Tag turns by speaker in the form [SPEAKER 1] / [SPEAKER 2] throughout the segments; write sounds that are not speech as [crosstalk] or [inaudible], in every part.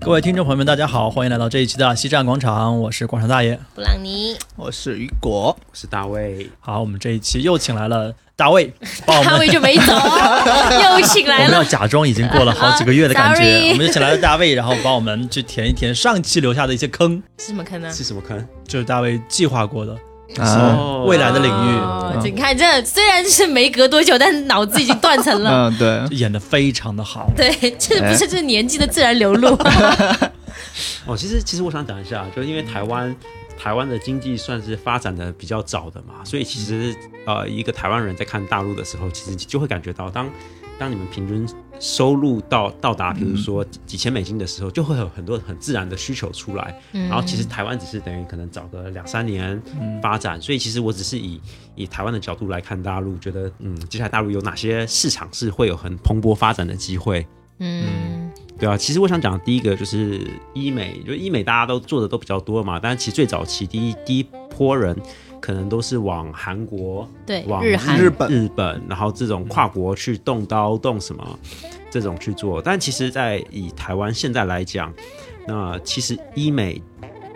[SPEAKER 1] 各位听众朋友们，大家好，欢迎来到这一期的西站广场，我是广场大爷。
[SPEAKER 2] 布朗尼，
[SPEAKER 3] 我是雨果，
[SPEAKER 4] 我是大卫，
[SPEAKER 1] 好，我们这一期又请来了大
[SPEAKER 2] [laughs]
[SPEAKER 1] 卫，帮我们
[SPEAKER 2] 大卫就没 [laughs] 走，又请
[SPEAKER 1] 我
[SPEAKER 2] 来
[SPEAKER 1] 们要
[SPEAKER 2] 了。
[SPEAKER 1] 假装已经过了好几个月的感
[SPEAKER 2] [laughs] Sorry
[SPEAKER 1] 觉，我们就请来了大卫，然后帮我们去填一填上期留下的一些坑，
[SPEAKER 2] 是什么坑呢？啊
[SPEAKER 4] 是什么坑？
[SPEAKER 1] 就是大卫计划过的
[SPEAKER 3] 啊，
[SPEAKER 1] 未来的领域
[SPEAKER 2] 哦你看，这虽然是没隔多久，但脑子已经断层了。
[SPEAKER 3] 嗯，对，
[SPEAKER 1] 演得非常的好。
[SPEAKER 2] [laughs] 对，这不是这年纪的自然流 [laughs] 露。
[SPEAKER 4] 哦，其实其实我想讲一下，就是因为台湾台湾的经济算是发展的比较早的嘛，所以其实呃，一个台湾人在看大陆的时候，其实就会感觉到当。当你们平均收入到到达，比如说几千美金的时候，就会有很多很自然的需求出来。
[SPEAKER 2] 然
[SPEAKER 4] 然后其实台湾只是等于可能找个两三年
[SPEAKER 1] 嗯
[SPEAKER 4] 发展，所以其实我只是以以台湾的角度来看大陆，觉得嗯，接下来大陆有哪些市场是会有很蓬勃发展的机会？
[SPEAKER 2] 嗯，
[SPEAKER 4] 对啊，其实我想讲的第一个就是医美，就医美大家都做的都比较多嘛，但是其实最早期第一第一波人可能都是往韩国、
[SPEAKER 2] 对，
[SPEAKER 4] 往
[SPEAKER 2] 日韩
[SPEAKER 3] 日本
[SPEAKER 4] 日本，然后这种跨国去动刀动什么这种去做，但其实，在以台湾现在来讲，那其实医美。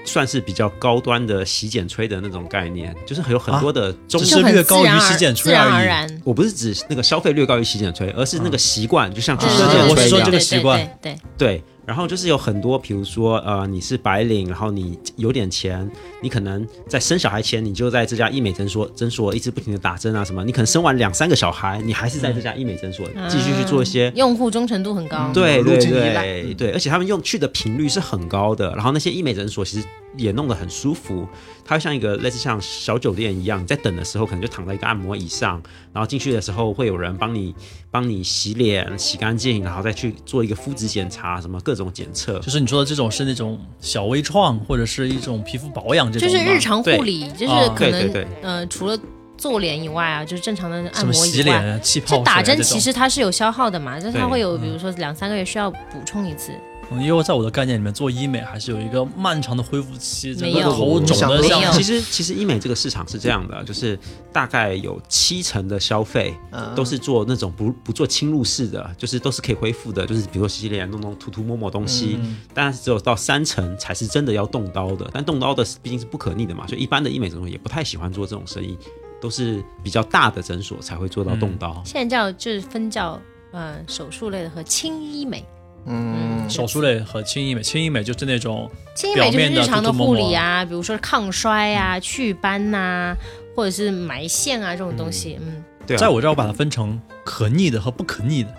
[SPEAKER 4] 算是比较高端的洗剪吹的那种概念，就是有很多的中
[SPEAKER 1] 只
[SPEAKER 2] 啊就很
[SPEAKER 1] 是略高
[SPEAKER 2] 自然
[SPEAKER 1] 于
[SPEAKER 2] 而
[SPEAKER 1] 洗剪吹
[SPEAKER 2] 自然
[SPEAKER 1] 而已
[SPEAKER 2] 而然。
[SPEAKER 4] 我不是指那个消费略高于洗剪吹，而是那个习惯，就像
[SPEAKER 2] 啊对
[SPEAKER 4] 吃
[SPEAKER 2] 对
[SPEAKER 4] 洗
[SPEAKER 2] 对
[SPEAKER 4] 剪
[SPEAKER 1] 我
[SPEAKER 4] 吹
[SPEAKER 1] 是
[SPEAKER 4] 一
[SPEAKER 1] 说
[SPEAKER 4] 样
[SPEAKER 1] 这个习惯，
[SPEAKER 2] 对对对
[SPEAKER 4] 对，然后就是有很多，比如说呃，你是白领，然后你有点钱，你可能在生小孩前，你就在这家医美诊所诊所一直不停的打针啊什么，你可能生完两三个小孩，你还是在这家医美诊所继续去做一些
[SPEAKER 2] 对。用户忠诚度很
[SPEAKER 1] 嗯
[SPEAKER 2] 高。
[SPEAKER 4] 对对
[SPEAKER 3] 路径依赖
[SPEAKER 4] 对对，而且他们用去的频率是很高的，然后那些医美诊所其实也弄得很舒服，它像一个类似像小酒店一样，你在等的时候可能就躺在一个按摩椅上，然后进去的时候会有人帮你帮你洗脸洗干净，然后再去做一个肤质检查，什么各种检测，
[SPEAKER 1] 就是你说的这种是那种小微创或者是一种皮肤保养这
[SPEAKER 2] 就
[SPEAKER 1] 种吗，
[SPEAKER 2] 是日常护理，就是
[SPEAKER 1] 哦
[SPEAKER 2] 可
[SPEAKER 4] 对对
[SPEAKER 2] 能
[SPEAKER 4] 对
[SPEAKER 2] 呃，除了做脸以外啊，就是正常的按
[SPEAKER 1] 什么
[SPEAKER 2] 摩
[SPEAKER 1] 洗
[SPEAKER 2] 以外，
[SPEAKER 1] 脸、气泡
[SPEAKER 2] 这
[SPEAKER 1] 水
[SPEAKER 2] 打
[SPEAKER 1] 啊
[SPEAKER 2] 针
[SPEAKER 1] 这
[SPEAKER 2] 其
[SPEAKER 1] 种
[SPEAKER 2] 实它是有消耗的嘛，就是它
[SPEAKER 4] 对
[SPEAKER 2] 会有比如说两三个月需要补充一次。
[SPEAKER 1] 嗯因为在我的概念里面，做医美还是有一个漫长的恢复期，整
[SPEAKER 2] 没
[SPEAKER 1] 个
[SPEAKER 4] 哦
[SPEAKER 1] 头
[SPEAKER 2] 有
[SPEAKER 1] 肿
[SPEAKER 3] 没
[SPEAKER 1] 的
[SPEAKER 3] 有
[SPEAKER 1] 像
[SPEAKER 4] 其 [laughs] 实其实医美这个市场是这样的，就是大概有七成的消费都是做那种不不做侵入式的，就是都是可以恢复的，就是比如说洗洗脸、弄弄涂涂抹抹东西，但是只有到三成才是真的要动刀的，但动刀的毕竟是不可逆的嘛，所以一般的医美诊所也不太喜欢做这种生意。都是比较大的诊所才会做到动刀，
[SPEAKER 2] 现在叫就是分叫呃手术类的和轻医美，
[SPEAKER 3] 嗯，
[SPEAKER 1] 手术类和轻医美，轻医美就是那种
[SPEAKER 2] 轻医美就是日
[SPEAKER 1] 表面
[SPEAKER 2] 常的
[SPEAKER 1] 的涂涂抹抹
[SPEAKER 2] 护理啊，比如说抗衰
[SPEAKER 1] 嗯
[SPEAKER 2] 啊、祛斑呐、或者是埋线啊这种东西，嗯，
[SPEAKER 4] 对啊，
[SPEAKER 1] 在我这儿我把它分成可逆的和不可逆的，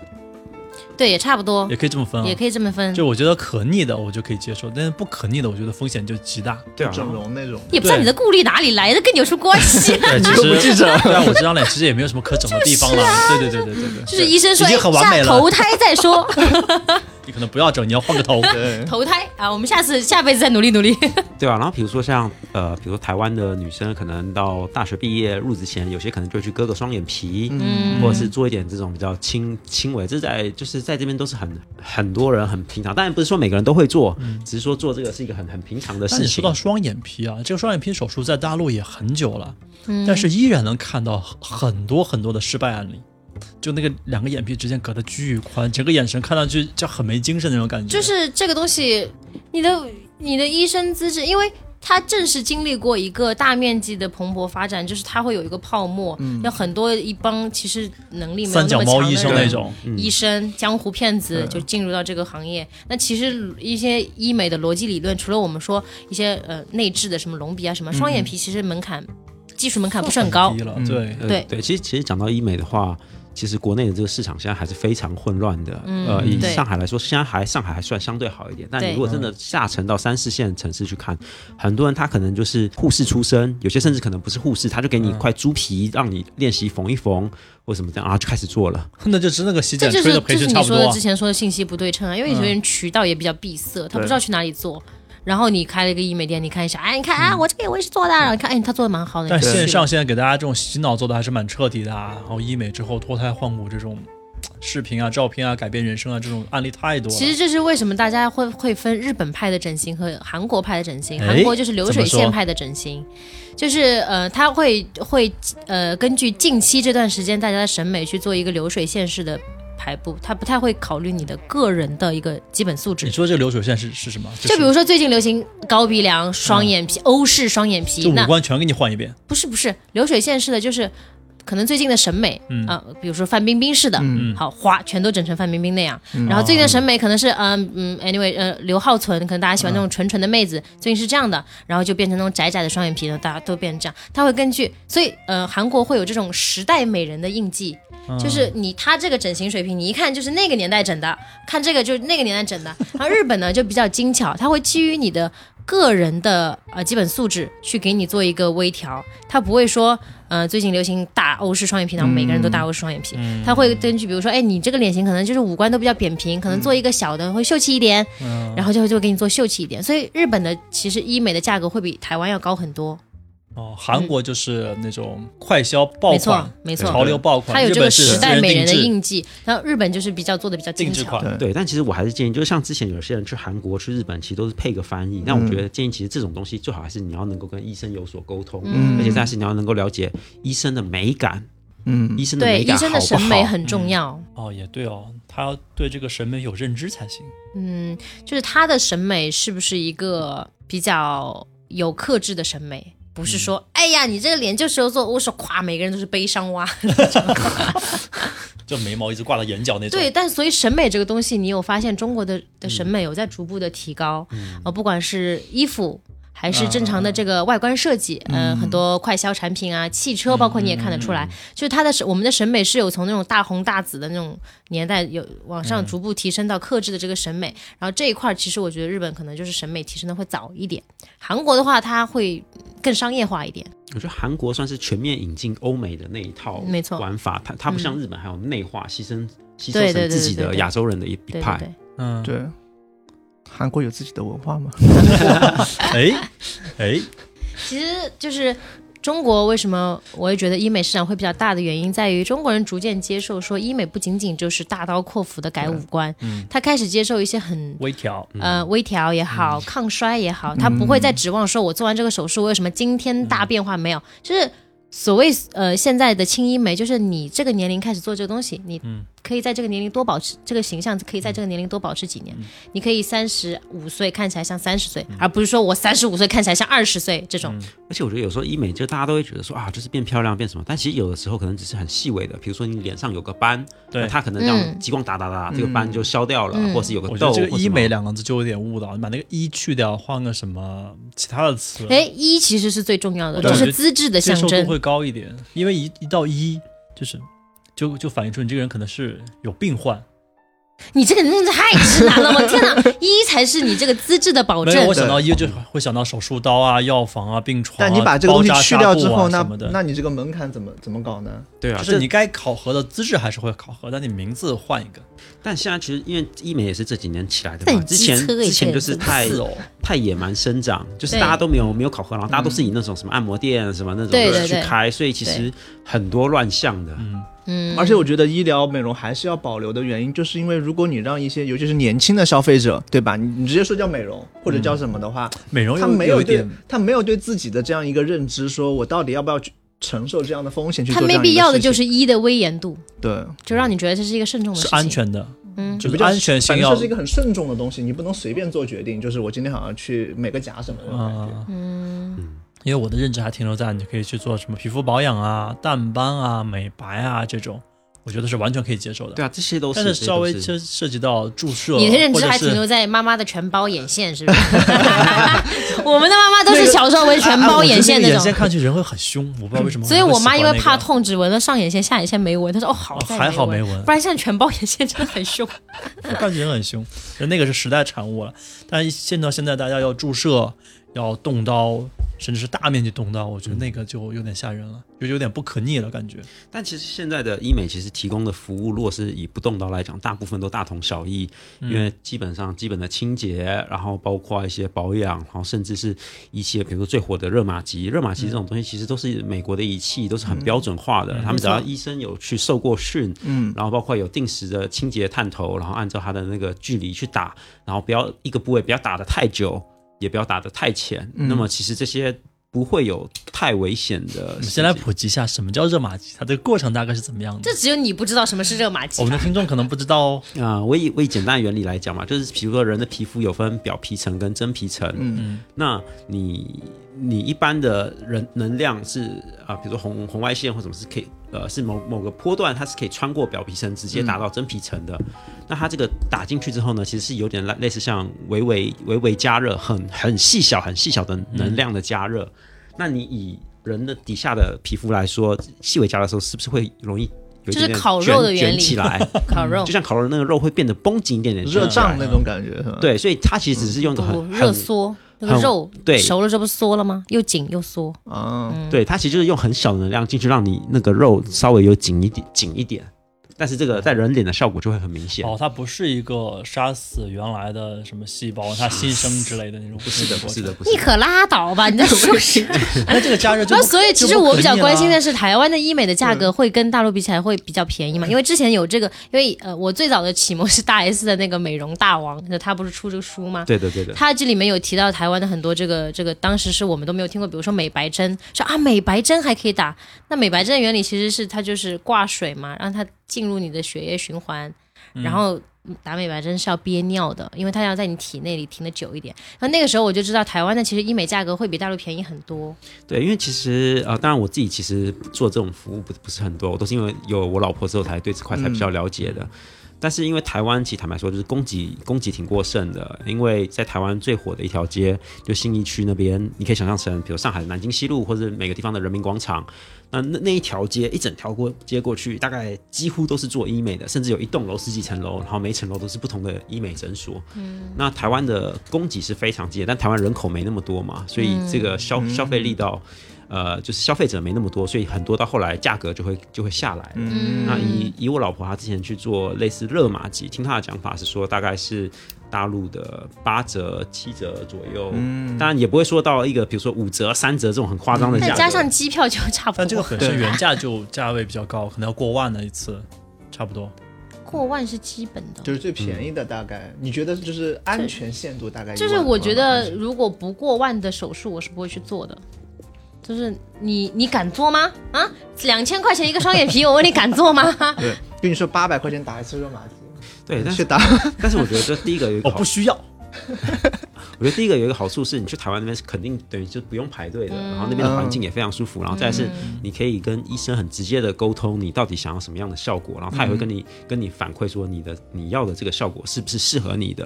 [SPEAKER 2] 对，也差不多
[SPEAKER 1] 也，可以这么分啊
[SPEAKER 2] 也。可以这么分，
[SPEAKER 1] 就我觉得可逆的我就可以接受，但是不可逆的我觉得风险就极
[SPEAKER 2] [laughs]
[SPEAKER 1] 大。
[SPEAKER 4] 对啊，
[SPEAKER 3] 整容那种，
[SPEAKER 2] 也不知道
[SPEAKER 1] 对
[SPEAKER 2] 你的顾虑哪里来的，跟你有什么关系？啊
[SPEAKER 1] 对，其
[SPEAKER 3] 都不记
[SPEAKER 1] 实
[SPEAKER 3] 着
[SPEAKER 1] 对啊，我这张脸其实也没有什么可整的地方了。
[SPEAKER 2] 啊
[SPEAKER 1] 对对对对对对，
[SPEAKER 2] [laughs] 就是医生说
[SPEAKER 1] 已经很完
[SPEAKER 2] 哎
[SPEAKER 1] 美
[SPEAKER 2] 下
[SPEAKER 1] 了
[SPEAKER 2] 投胎再说， [laughs]
[SPEAKER 1] 你可能不要整，你要换个头。
[SPEAKER 4] [laughs]
[SPEAKER 3] 对，
[SPEAKER 2] 投胎啊，我们下次下辈子再努力努力。
[SPEAKER 4] 对啊，然后比如说像呃，比如说台湾的女生，可能到大学毕业入职前，有些可能就去割个双眼皮，
[SPEAKER 2] 嗯
[SPEAKER 4] 或者是做一点这种比较轻轻微，这在就是在这边都是很很多人很平常，当然不是说每个人都会做，只是说做这个是一个很很平常的
[SPEAKER 1] 嗯那你
[SPEAKER 4] 事
[SPEAKER 1] 说
[SPEAKER 4] 情
[SPEAKER 1] 到。双眼皮啊，这个双眼皮手术在大陆也很久了，
[SPEAKER 2] 嗯
[SPEAKER 1] 但是依然能看到很多很多的失败案例。就那个两个眼皮之间隔得巨宽，整个眼神看上去就很没精神那种感觉。
[SPEAKER 2] 就是这个东西，你的你的医生资质，因为它正是经历过一个大面积的蓬勃发展，就是它会有一个泡沫，有很多一帮其实能力
[SPEAKER 1] 嗯
[SPEAKER 2] 没有
[SPEAKER 1] 三
[SPEAKER 2] 那
[SPEAKER 1] 脚
[SPEAKER 2] 么
[SPEAKER 1] 猫
[SPEAKER 2] 强
[SPEAKER 1] 医生
[SPEAKER 2] 的
[SPEAKER 1] 那
[SPEAKER 2] 人。
[SPEAKER 1] 种，
[SPEAKER 2] 医生、江湖骗子就进入到这个行业。那其实一些医美的逻辑理论，除了我们说一些呃内置的什么隆鼻啊、什么双眼
[SPEAKER 1] 嗯
[SPEAKER 2] 皮，其实门槛、技术门槛不是很高
[SPEAKER 1] 低。了，
[SPEAKER 3] 嗯
[SPEAKER 1] 对。
[SPEAKER 4] 呃
[SPEAKER 2] 对
[SPEAKER 4] 对，其实其实讲到医美的话，其实国内的这个市场现在还是非常混乱的。
[SPEAKER 2] 嗯
[SPEAKER 4] 呃，以
[SPEAKER 2] 对
[SPEAKER 4] 上海来说，现在还上海还算相对好一点，但
[SPEAKER 2] 对
[SPEAKER 4] 你如果真的下沉到三四线城市去看，很多人他可能就是护士出身，有些甚至可能不是护士，他就给你一块猪皮让你练习缝一缝或什么这样，然后就开始做了。
[SPEAKER 1] 那就是那个洗
[SPEAKER 2] 这
[SPEAKER 1] 剪
[SPEAKER 2] 就
[SPEAKER 1] 吹
[SPEAKER 2] 是
[SPEAKER 1] 的
[SPEAKER 2] 就
[SPEAKER 1] 培
[SPEAKER 2] 是
[SPEAKER 1] 训
[SPEAKER 2] 你
[SPEAKER 1] 差不
[SPEAKER 2] 说
[SPEAKER 1] 多
[SPEAKER 2] 的
[SPEAKER 1] 啊嗯
[SPEAKER 2] 之。前说的信息不对称啊，因为有些人渠道也比较闭塞，他不
[SPEAKER 3] 对
[SPEAKER 2] 知道去哪里做。然后你开了一个医美店，你看一下，哎，你看啊，我这个我也是做的啊，然后你看，哎，他做的蛮好的。
[SPEAKER 1] 嗯但
[SPEAKER 2] 你就去
[SPEAKER 1] 线上现在给大家这种洗脑做的还是蛮彻底的啊，然后医美之后脱胎换骨这种视频啊、照片啊、改变人生啊这种案例太多了。
[SPEAKER 2] 其实这是为什么大家会会分日本派的整形和韩国派的整形。
[SPEAKER 1] 哎
[SPEAKER 2] 韩国就是流水
[SPEAKER 1] 怎么
[SPEAKER 2] 线
[SPEAKER 1] 说
[SPEAKER 2] 派的整形，就是呃，他会会呃根据近期这段时间大家的审美去做一个流水线式的排布，它不太会考虑你的个人的一个基本素
[SPEAKER 1] 你
[SPEAKER 2] 质。
[SPEAKER 1] 说这个流水线是是什么？
[SPEAKER 2] 就比如说最近流行高鼻梁、双眼皮、欧式双眼
[SPEAKER 1] 就是
[SPEAKER 2] 皮，
[SPEAKER 1] 就
[SPEAKER 2] 那
[SPEAKER 1] 五官全给你换一遍，
[SPEAKER 2] 不是不是流水线式的，就是可能最近的审美
[SPEAKER 1] 嗯
[SPEAKER 2] 啊、比如说范冰冰式的，
[SPEAKER 1] 嗯
[SPEAKER 2] 好花全都整成范冰冰那样。然后最近的审美可能是嗯嗯，anyway，呃，刘浩存，可能大家喜欢那种纯纯的妹子，
[SPEAKER 1] 嗯
[SPEAKER 2] 最近是这样的，然后就变成那种窄窄的双眼皮的，大家都变成这样。他会根据，所以呃，韩国会有这种时代美人的印记，
[SPEAKER 1] 嗯
[SPEAKER 2] 就是你他这个整形水平，你一看就是那个年代整的，看这个就是那个年代整的。然后日本呢就比较精巧，它会基于你的个人的呃基本素质去给你做一个微调，它不会说呃最近流行大欧式双眼皮，然后每个人都大欧式双眼皮，它会根据比如说哎你这个脸型可能就是五官都比较扁平，可能做一个小的会秀气一点，
[SPEAKER 1] 嗯
[SPEAKER 2] 然后就会就哎会给你做秀气一点。所以日本的其实医美的价格会比台湾要高很多，
[SPEAKER 1] 哦，韩国就是那种快销爆
[SPEAKER 2] 没错
[SPEAKER 1] 款、
[SPEAKER 2] 没
[SPEAKER 1] 潮
[SPEAKER 2] 错。
[SPEAKER 1] 流爆款，
[SPEAKER 2] 它有
[SPEAKER 1] 日
[SPEAKER 2] 这个
[SPEAKER 1] 本是
[SPEAKER 2] 时代美人的
[SPEAKER 1] 私定制
[SPEAKER 2] 印记，然后日本就是比较做的比较精
[SPEAKER 1] 定制
[SPEAKER 2] 巧，
[SPEAKER 1] 款，
[SPEAKER 4] 对，但其实我还是建议，就是像之前有些人去韩国、去日本，其实都是配个翻译。那我觉得建议，其实这种东西最好还是你要能够跟医生有所沟通，
[SPEAKER 2] 嗯
[SPEAKER 4] 而且再是你要能够了解医生的美感，
[SPEAKER 3] 嗯
[SPEAKER 4] 医生的
[SPEAKER 2] 对
[SPEAKER 4] 美
[SPEAKER 2] 医
[SPEAKER 4] 感好
[SPEAKER 2] 生
[SPEAKER 4] 不
[SPEAKER 2] 的
[SPEAKER 4] 好？
[SPEAKER 2] 审美很重要。
[SPEAKER 1] 哦，也对哦，他要对这个审美有认知才行。
[SPEAKER 2] 嗯，就是他的审美是不是一个比较有克制的审美？不是说，哎呀，你这个脸就是要做，我说夸每个人都是悲伤啊蛙。
[SPEAKER 1] 就眉毛一直挂到眼角那种。
[SPEAKER 2] 对，，但所以审美这个东西，你有发现中国的的审美有在逐步的提高，呃，不管是衣服。还是正常的这个外观设计，啊嗯、呃，很多快消产品啊，汽车，包括你也看得出来，
[SPEAKER 4] 嗯
[SPEAKER 2] 就是它的审我们的审美是有从那种大红大紫的那种年代有往上逐步提升到克制的这个审美，然后这一块儿其实我觉得日本可能就是审美提升的会早一点，韩国的话它会更商业化一点，
[SPEAKER 4] 我觉得韩国算是全面引进欧美的那一套
[SPEAKER 2] 没错嗯
[SPEAKER 4] 玩法，它它不像日本还有内化，牺牲牺
[SPEAKER 2] 对对
[SPEAKER 4] 牲
[SPEAKER 2] 对
[SPEAKER 4] 成自己
[SPEAKER 2] 对对
[SPEAKER 4] 的
[SPEAKER 2] 对
[SPEAKER 4] 亚洲人的一一
[SPEAKER 2] 对对
[SPEAKER 4] 派。
[SPEAKER 2] 对，
[SPEAKER 1] 嗯，
[SPEAKER 3] 对，韩国有自己的文化
[SPEAKER 1] 哦
[SPEAKER 3] 吗？
[SPEAKER 1] 哎
[SPEAKER 2] [laughs]
[SPEAKER 1] 哎，
[SPEAKER 2] 其实就是中国为什么我也觉得医美市场会比较大的原因，在于中国人逐渐接受说医美不仅仅就是大刀阔斧的改五官，
[SPEAKER 1] 嗯，
[SPEAKER 2] 他开始接受一些很。
[SPEAKER 1] 微调，
[SPEAKER 4] 嗯
[SPEAKER 2] 呃，微调也好，抗衰也好，他不会再指望说我做完这个手术，我有什么惊天大变化没有？就是所谓呃现在的轻医美，就是你这个年龄开始做这个东西，你
[SPEAKER 1] 嗯
[SPEAKER 2] 可以在这个年龄多保持这个形象，可以在这个年龄多保持几年。
[SPEAKER 4] 嗯
[SPEAKER 2] 你可以三十五岁看起来像三十岁，而不是说我三十五岁看起来像二十岁这
[SPEAKER 1] 嗯
[SPEAKER 2] 种。
[SPEAKER 4] 而且我觉得有时候医美就大家都会觉得说啊，就是变漂亮变什么，但其实有的时候可能只是很细微的，比如说你脸上有个斑，
[SPEAKER 1] 对
[SPEAKER 4] 那它可能让
[SPEAKER 2] 嗯
[SPEAKER 4] 激光打打打，这个斑就消掉了，
[SPEAKER 2] 嗯
[SPEAKER 4] 或者是有个
[SPEAKER 1] 我觉
[SPEAKER 4] 痘。
[SPEAKER 1] 得这个“
[SPEAKER 4] 或
[SPEAKER 1] 医
[SPEAKER 4] 什么
[SPEAKER 1] 美”两个字就有点误导，你把那个“医”去掉，换个什么其他的词，
[SPEAKER 2] 哎，一其实是最重要的，
[SPEAKER 1] 对
[SPEAKER 2] 这
[SPEAKER 1] 我觉
[SPEAKER 2] 是
[SPEAKER 1] 得
[SPEAKER 2] 资质的
[SPEAKER 1] 接
[SPEAKER 2] 象
[SPEAKER 1] 受度
[SPEAKER 2] 征。
[SPEAKER 1] 会高一点。因为一一到医，就是就就反映出你这个人可能是有病患。
[SPEAKER 2] 你这个弄得太直男了，我天
[SPEAKER 4] [laughs]
[SPEAKER 2] 哪！一才是哦你这个资质的保
[SPEAKER 1] 没有，我
[SPEAKER 2] 证。
[SPEAKER 1] 想到医就会想到手术刀啊、药房啊、病床啊。
[SPEAKER 3] 但你把这个东西
[SPEAKER 1] 包扎
[SPEAKER 3] 去掉之
[SPEAKER 1] 纱布
[SPEAKER 3] 后，
[SPEAKER 1] 啊
[SPEAKER 3] 那
[SPEAKER 1] 什么的
[SPEAKER 3] 那你这个门槛怎么怎么搞呢？
[SPEAKER 4] 对啊，
[SPEAKER 1] 就
[SPEAKER 4] 这
[SPEAKER 1] 是你该考核的资质还是会考核，但你名字换一个。
[SPEAKER 4] 但现在其实因为医美也是这几年起来的
[SPEAKER 2] 这
[SPEAKER 4] 嘛，
[SPEAKER 2] 很
[SPEAKER 4] 之
[SPEAKER 2] 机
[SPEAKER 4] 前
[SPEAKER 2] 车欸
[SPEAKER 4] 之前就是
[SPEAKER 2] 这
[SPEAKER 4] 太
[SPEAKER 1] 是哦，
[SPEAKER 4] 太野蛮生长，就是
[SPEAKER 2] 对嗯
[SPEAKER 4] 大家都没有没有考核，然后大家都是以那种什么按摩店啊什么那
[SPEAKER 2] 对对
[SPEAKER 4] 种去
[SPEAKER 2] 对
[SPEAKER 4] 开，所以其实很多乱象的。
[SPEAKER 2] 嗯，
[SPEAKER 3] 而且我觉得医疗美容还是要保留的原因，就是因为如果你让一些尤其是年轻的消费者，对吧？你你直接说叫美容或者叫什么的话，
[SPEAKER 1] 美嗯容
[SPEAKER 3] 他
[SPEAKER 1] 又
[SPEAKER 3] 没有
[SPEAKER 1] 一
[SPEAKER 3] 对
[SPEAKER 1] 点，
[SPEAKER 3] 他没有对自己的这样一个认知，说我到底要不要去承受这样的风险去
[SPEAKER 2] 他
[SPEAKER 3] 做这样
[SPEAKER 2] maybe
[SPEAKER 3] 一个
[SPEAKER 2] 要的
[SPEAKER 3] 事
[SPEAKER 2] 就
[SPEAKER 3] 情
[SPEAKER 2] 是一的威严度，
[SPEAKER 3] 对，
[SPEAKER 2] 就让你觉得这是一个慎重的事
[SPEAKER 1] 是
[SPEAKER 2] 情，
[SPEAKER 1] 安。全的，
[SPEAKER 2] 嗯
[SPEAKER 1] 就
[SPEAKER 3] 比
[SPEAKER 1] 是
[SPEAKER 3] 较
[SPEAKER 1] 安全性
[SPEAKER 3] 反
[SPEAKER 1] 要
[SPEAKER 3] 正是一个很慎重的东西，你不能随便做决定，就是我今天好像去美个甲什么的感觉。
[SPEAKER 1] 啊，
[SPEAKER 2] 嗯，
[SPEAKER 1] 因为我的认知还停留在你可以去做什么皮肤保养啊、淡斑啊、美白啊这种，我觉得是完全可以接受的。
[SPEAKER 4] 对啊，这些都是
[SPEAKER 1] 但是稍微
[SPEAKER 4] 这些都
[SPEAKER 1] 涉涉及到注射，
[SPEAKER 2] 你的认知还
[SPEAKER 1] 或者
[SPEAKER 2] 停留
[SPEAKER 1] 是
[SPEAKER 2] 在妈妈的全包眼线，是不是？ [laughs] 我们的妈妈都是小时候为全
[SPEAKER 1] 哎
[SPEAKER 2] 包
[SPEAKER 1] 我觉得
[SPEAKER 2] 眼
[SPEAKER 1] 那
[SPEAKER 2] 线
[SPEAKER 1] 个
[SPEAKER 2] 那
[SPEAKER 1] 眼线
[SPEAKER 2] 种，嗯
[SPEAKER 1] 看上去人会很凶，我不知道为什么。
[SPEAKER 2] 所以我妈因为怕
[SPEAKER 1] [laughs] 痛。
[SPEAKER 2] 痛只纹了上眼线，下眼线没纹。她说：“哦，好
[SPEAKER 1] 哦
[SPEAKER 2] 在
[SPEAKER 1] 还好
[SPEAKER 2] 没
[SPEAKER 1] 没纹
[SPEAKER 2] 不然现在全包眼线真的很凶。
[SPEAKER 1] 我感觉很凶，那个是时代产物了。但是现到现在，大家要注射、要动刀，甚至是大面积动刀，我觉得那个就有点吓人了，就有点不可逆了感觉。
[SPEAKER 4] 但其实现在的医美其实提供的服务，如果是以不动刀来讲，大部分都大同小异，因为基本上基本的清洁，然后包括一些保养，然后甚至是一些比如说最火的热玛吉，热玛吉这种东西其实都是美国的仪器，都是很标准化的，他们只要医生有去受过训，嗯，然后包括有定时的清洁探头，然后按照它的那个距离去打，然后不要一个部位不要打得太久，也不要打得太浅，那么其实这些不会有太危险的
[SPEAKER 1] 我
[SPEAKER 4] 事
[SPEAKER 1] 们
[SPEAKER 4] 情。
[SPEAKER 1] 先来普及一下什么叫热玛吉，它这个过程大概是怎么样的
[SPEAKER 2] 这？只有你不知道什么是热玛吉
[SPEAKER 1] 我。们的听众可能不知道哦，
[SPEAKER 4] 啊、我以我以简单的原理来讲嘛，就是比如说人的皮肤有分表皮层跟真皮层，嗯，那你你一般的人能量是啊、比如说红红外线或什么是可以呃是某某个波段它是可以穿过表皮层直
[SPEAKER 2] 嗯
[SPEAKER 4] 接打到真皮层的，那它这个打进去之后呢，其实是有点类类似像微微微微加热，很很细小很细小
[SPEAKER 2] 嗯
[SPEAKER 4] 的能量的加热，那你以人的底下的皮肤来说，细微加热的时候是不是会容易有
[SPEAKER 2] 就
[SPEAKER 4] 一
[SPEAKER 2] 是
[SPEAKER 4] 点点
[SPEAKER 2] 烤肉的
[SPEAKER 4] 卷
[SPEAKER 2] 原
[SPEAKER 4] 卷
[SPEAKER 2] 理 [laughs]
[SPEAKER 4] 起来？
[SPEAKER 2] 烤肉
[SPEAKER 4] 就像烤肉那个肉会变得绷紧一点点，
[SPEAKER 3] 热
[SPEAKER 4] 起来
[SPEAKER 3] 胀那种感觉是吧？，
[SPEAKER 4] 对，所以它其实只是用一个
[SPEAKER 2] 不
[SPEAKER 4] 很
[SPEAKER 2] 嗯热
[SPEAKER 4] 很
[SPEAKER 2] 缩，那个
[SPEAKER 4] 很
[SPEAKER 2] 肉
[SPEAKER 4] 对
[SPEAKER 2] 熟了这不缩了吗？又紧又缩。
[SPEAKER 3] 啊，
[SPEAKER 2] 嗯
[SPEAKER 4] 对，它其实就是用很小的能量进去，让你那个肉稍微有紧一点紧一点，但是这个在人脸的效果就会很明
[SPEAKER 1] [laughs]
[SPEAKER 4] 显。
[SPEAKER 1] 哦，它不是一个杀死原来的什么细胞，它新生之类的那种。不
[SPEAKER 4] [laughs] 是的，不是的，，不是
[SPEAKER 2] 你
[SPEAKER 4] 的。
[SPEAKER 2] 可拉倒吧！你在说 [laughs] 什么？
[SPEAKER 1] 那这个加热就
[SPEAKER 2] 那
[SPEAKER 1] 不
[SPEAKER 2] 所以其实我比较关心的
[SPEAKER 1] 是，
[SPEAKER 2] 是，台湾的医美的价
[SPEAKER 1] 嗯
[SPEAKER 2] 格会跟大陆比起来会比较便宜嘛？因为之前有这个，因为呃，我最早的启蒙是大 S 的那个《美容大王》，那他不是出这个书吗？
[SPEAKER 4] 对的，对的，
[SPEAKER 2] 他这里面有提到台湾的很多这个这个，当时是我们都没有听过，比如说美白针，说啊美白针还可以打。那美白针的原理其实是它就是挂水嘛，让它进入你的血液循环，
[SPEAKER 1] 嗯
[SPEAKER 2] 然后打美白针是要憋尿的，因为它要在你体内里停的久一点。那那个时候我就知道台湾的其实医美价格会比大陆便宜很多。
[SPEAKER 4] 对，因为其实呃，当然我自己其实做这种服务不不是很多，我都是因为有我老婆之后才对这块才比较了解的。但是因为台湾其实坦白说，就是供给供给挺过剩的，因为在台湾最火的一条街就信义区那边，你可以想象成，比如上海的南京西路或者每个地方的人民广场，那那那一条街一整条过街过去，大概几乎都是做医美的，甚至有一栋楼十几层楼，然后每一层楼都是不同的医美诊所。
[SPEAKER 2] 嗯
[SPEAKER 4] 那台湾的供给是非常激烈，但台湾人口没那么多
[SPEAKER 2] 嗯
[SPEAKER 4] 嘛，所以这个消、消费力道，呃，就是消费者没那么多，所以很多到后来价格就会就会下来了。那以以我老婆她之前去做类似热玛吉，听她的讲法是说，大概是大陆的八折、七折左右，当然也不会说到一个比如说五折、三折这种很夸张的价
[SPEAKER 2] 但
[SPEAKER 4] 格。
[SPEAKER 2] 加上机票就差不
[SPEAKER 1] 但这个
[SPEAKER 2] 多。
[SPEAKER 1] 本身原价就价位比较高，可能要过万的一次，差不多。
[SPEAKER 2] 过万是基本的。
[SPEAKER 3] 就是最便宜的大概，你觉得就是安全限度大概？
[SPEAKER 2] 就是我觉，得，如果不过万的手术，我是不会去做的。就是你，你敢做吗？啊，两千块钱一个双眼皮，我问你敢做吗？
[SPEAKER 3] 对，跟你说八百块钱打一次热玛吉，
[SPEAKER 4] 对，但
[SPEAKER 3] 去
[SPEAKER 4] 是
[SPEAKER 3] 打，
[SPEAKER 4] 但是我觉得这第一个有一个
[SPEAKER 1] 哦，
[SPEAKER 4] 好
[SPEAKER 1] 不需要，
[SPEAKER 4] 我觉得第一个有一个好处是，你去台湾那边是肯定等于就不用排队的，然后那边的环境也非常舒服，然后再来是你可以跟医生很直接的沟通，你到底想要什么样的效果，然后他也会跟你、跟你反馈说你的你要的这个效果是不是适合你的，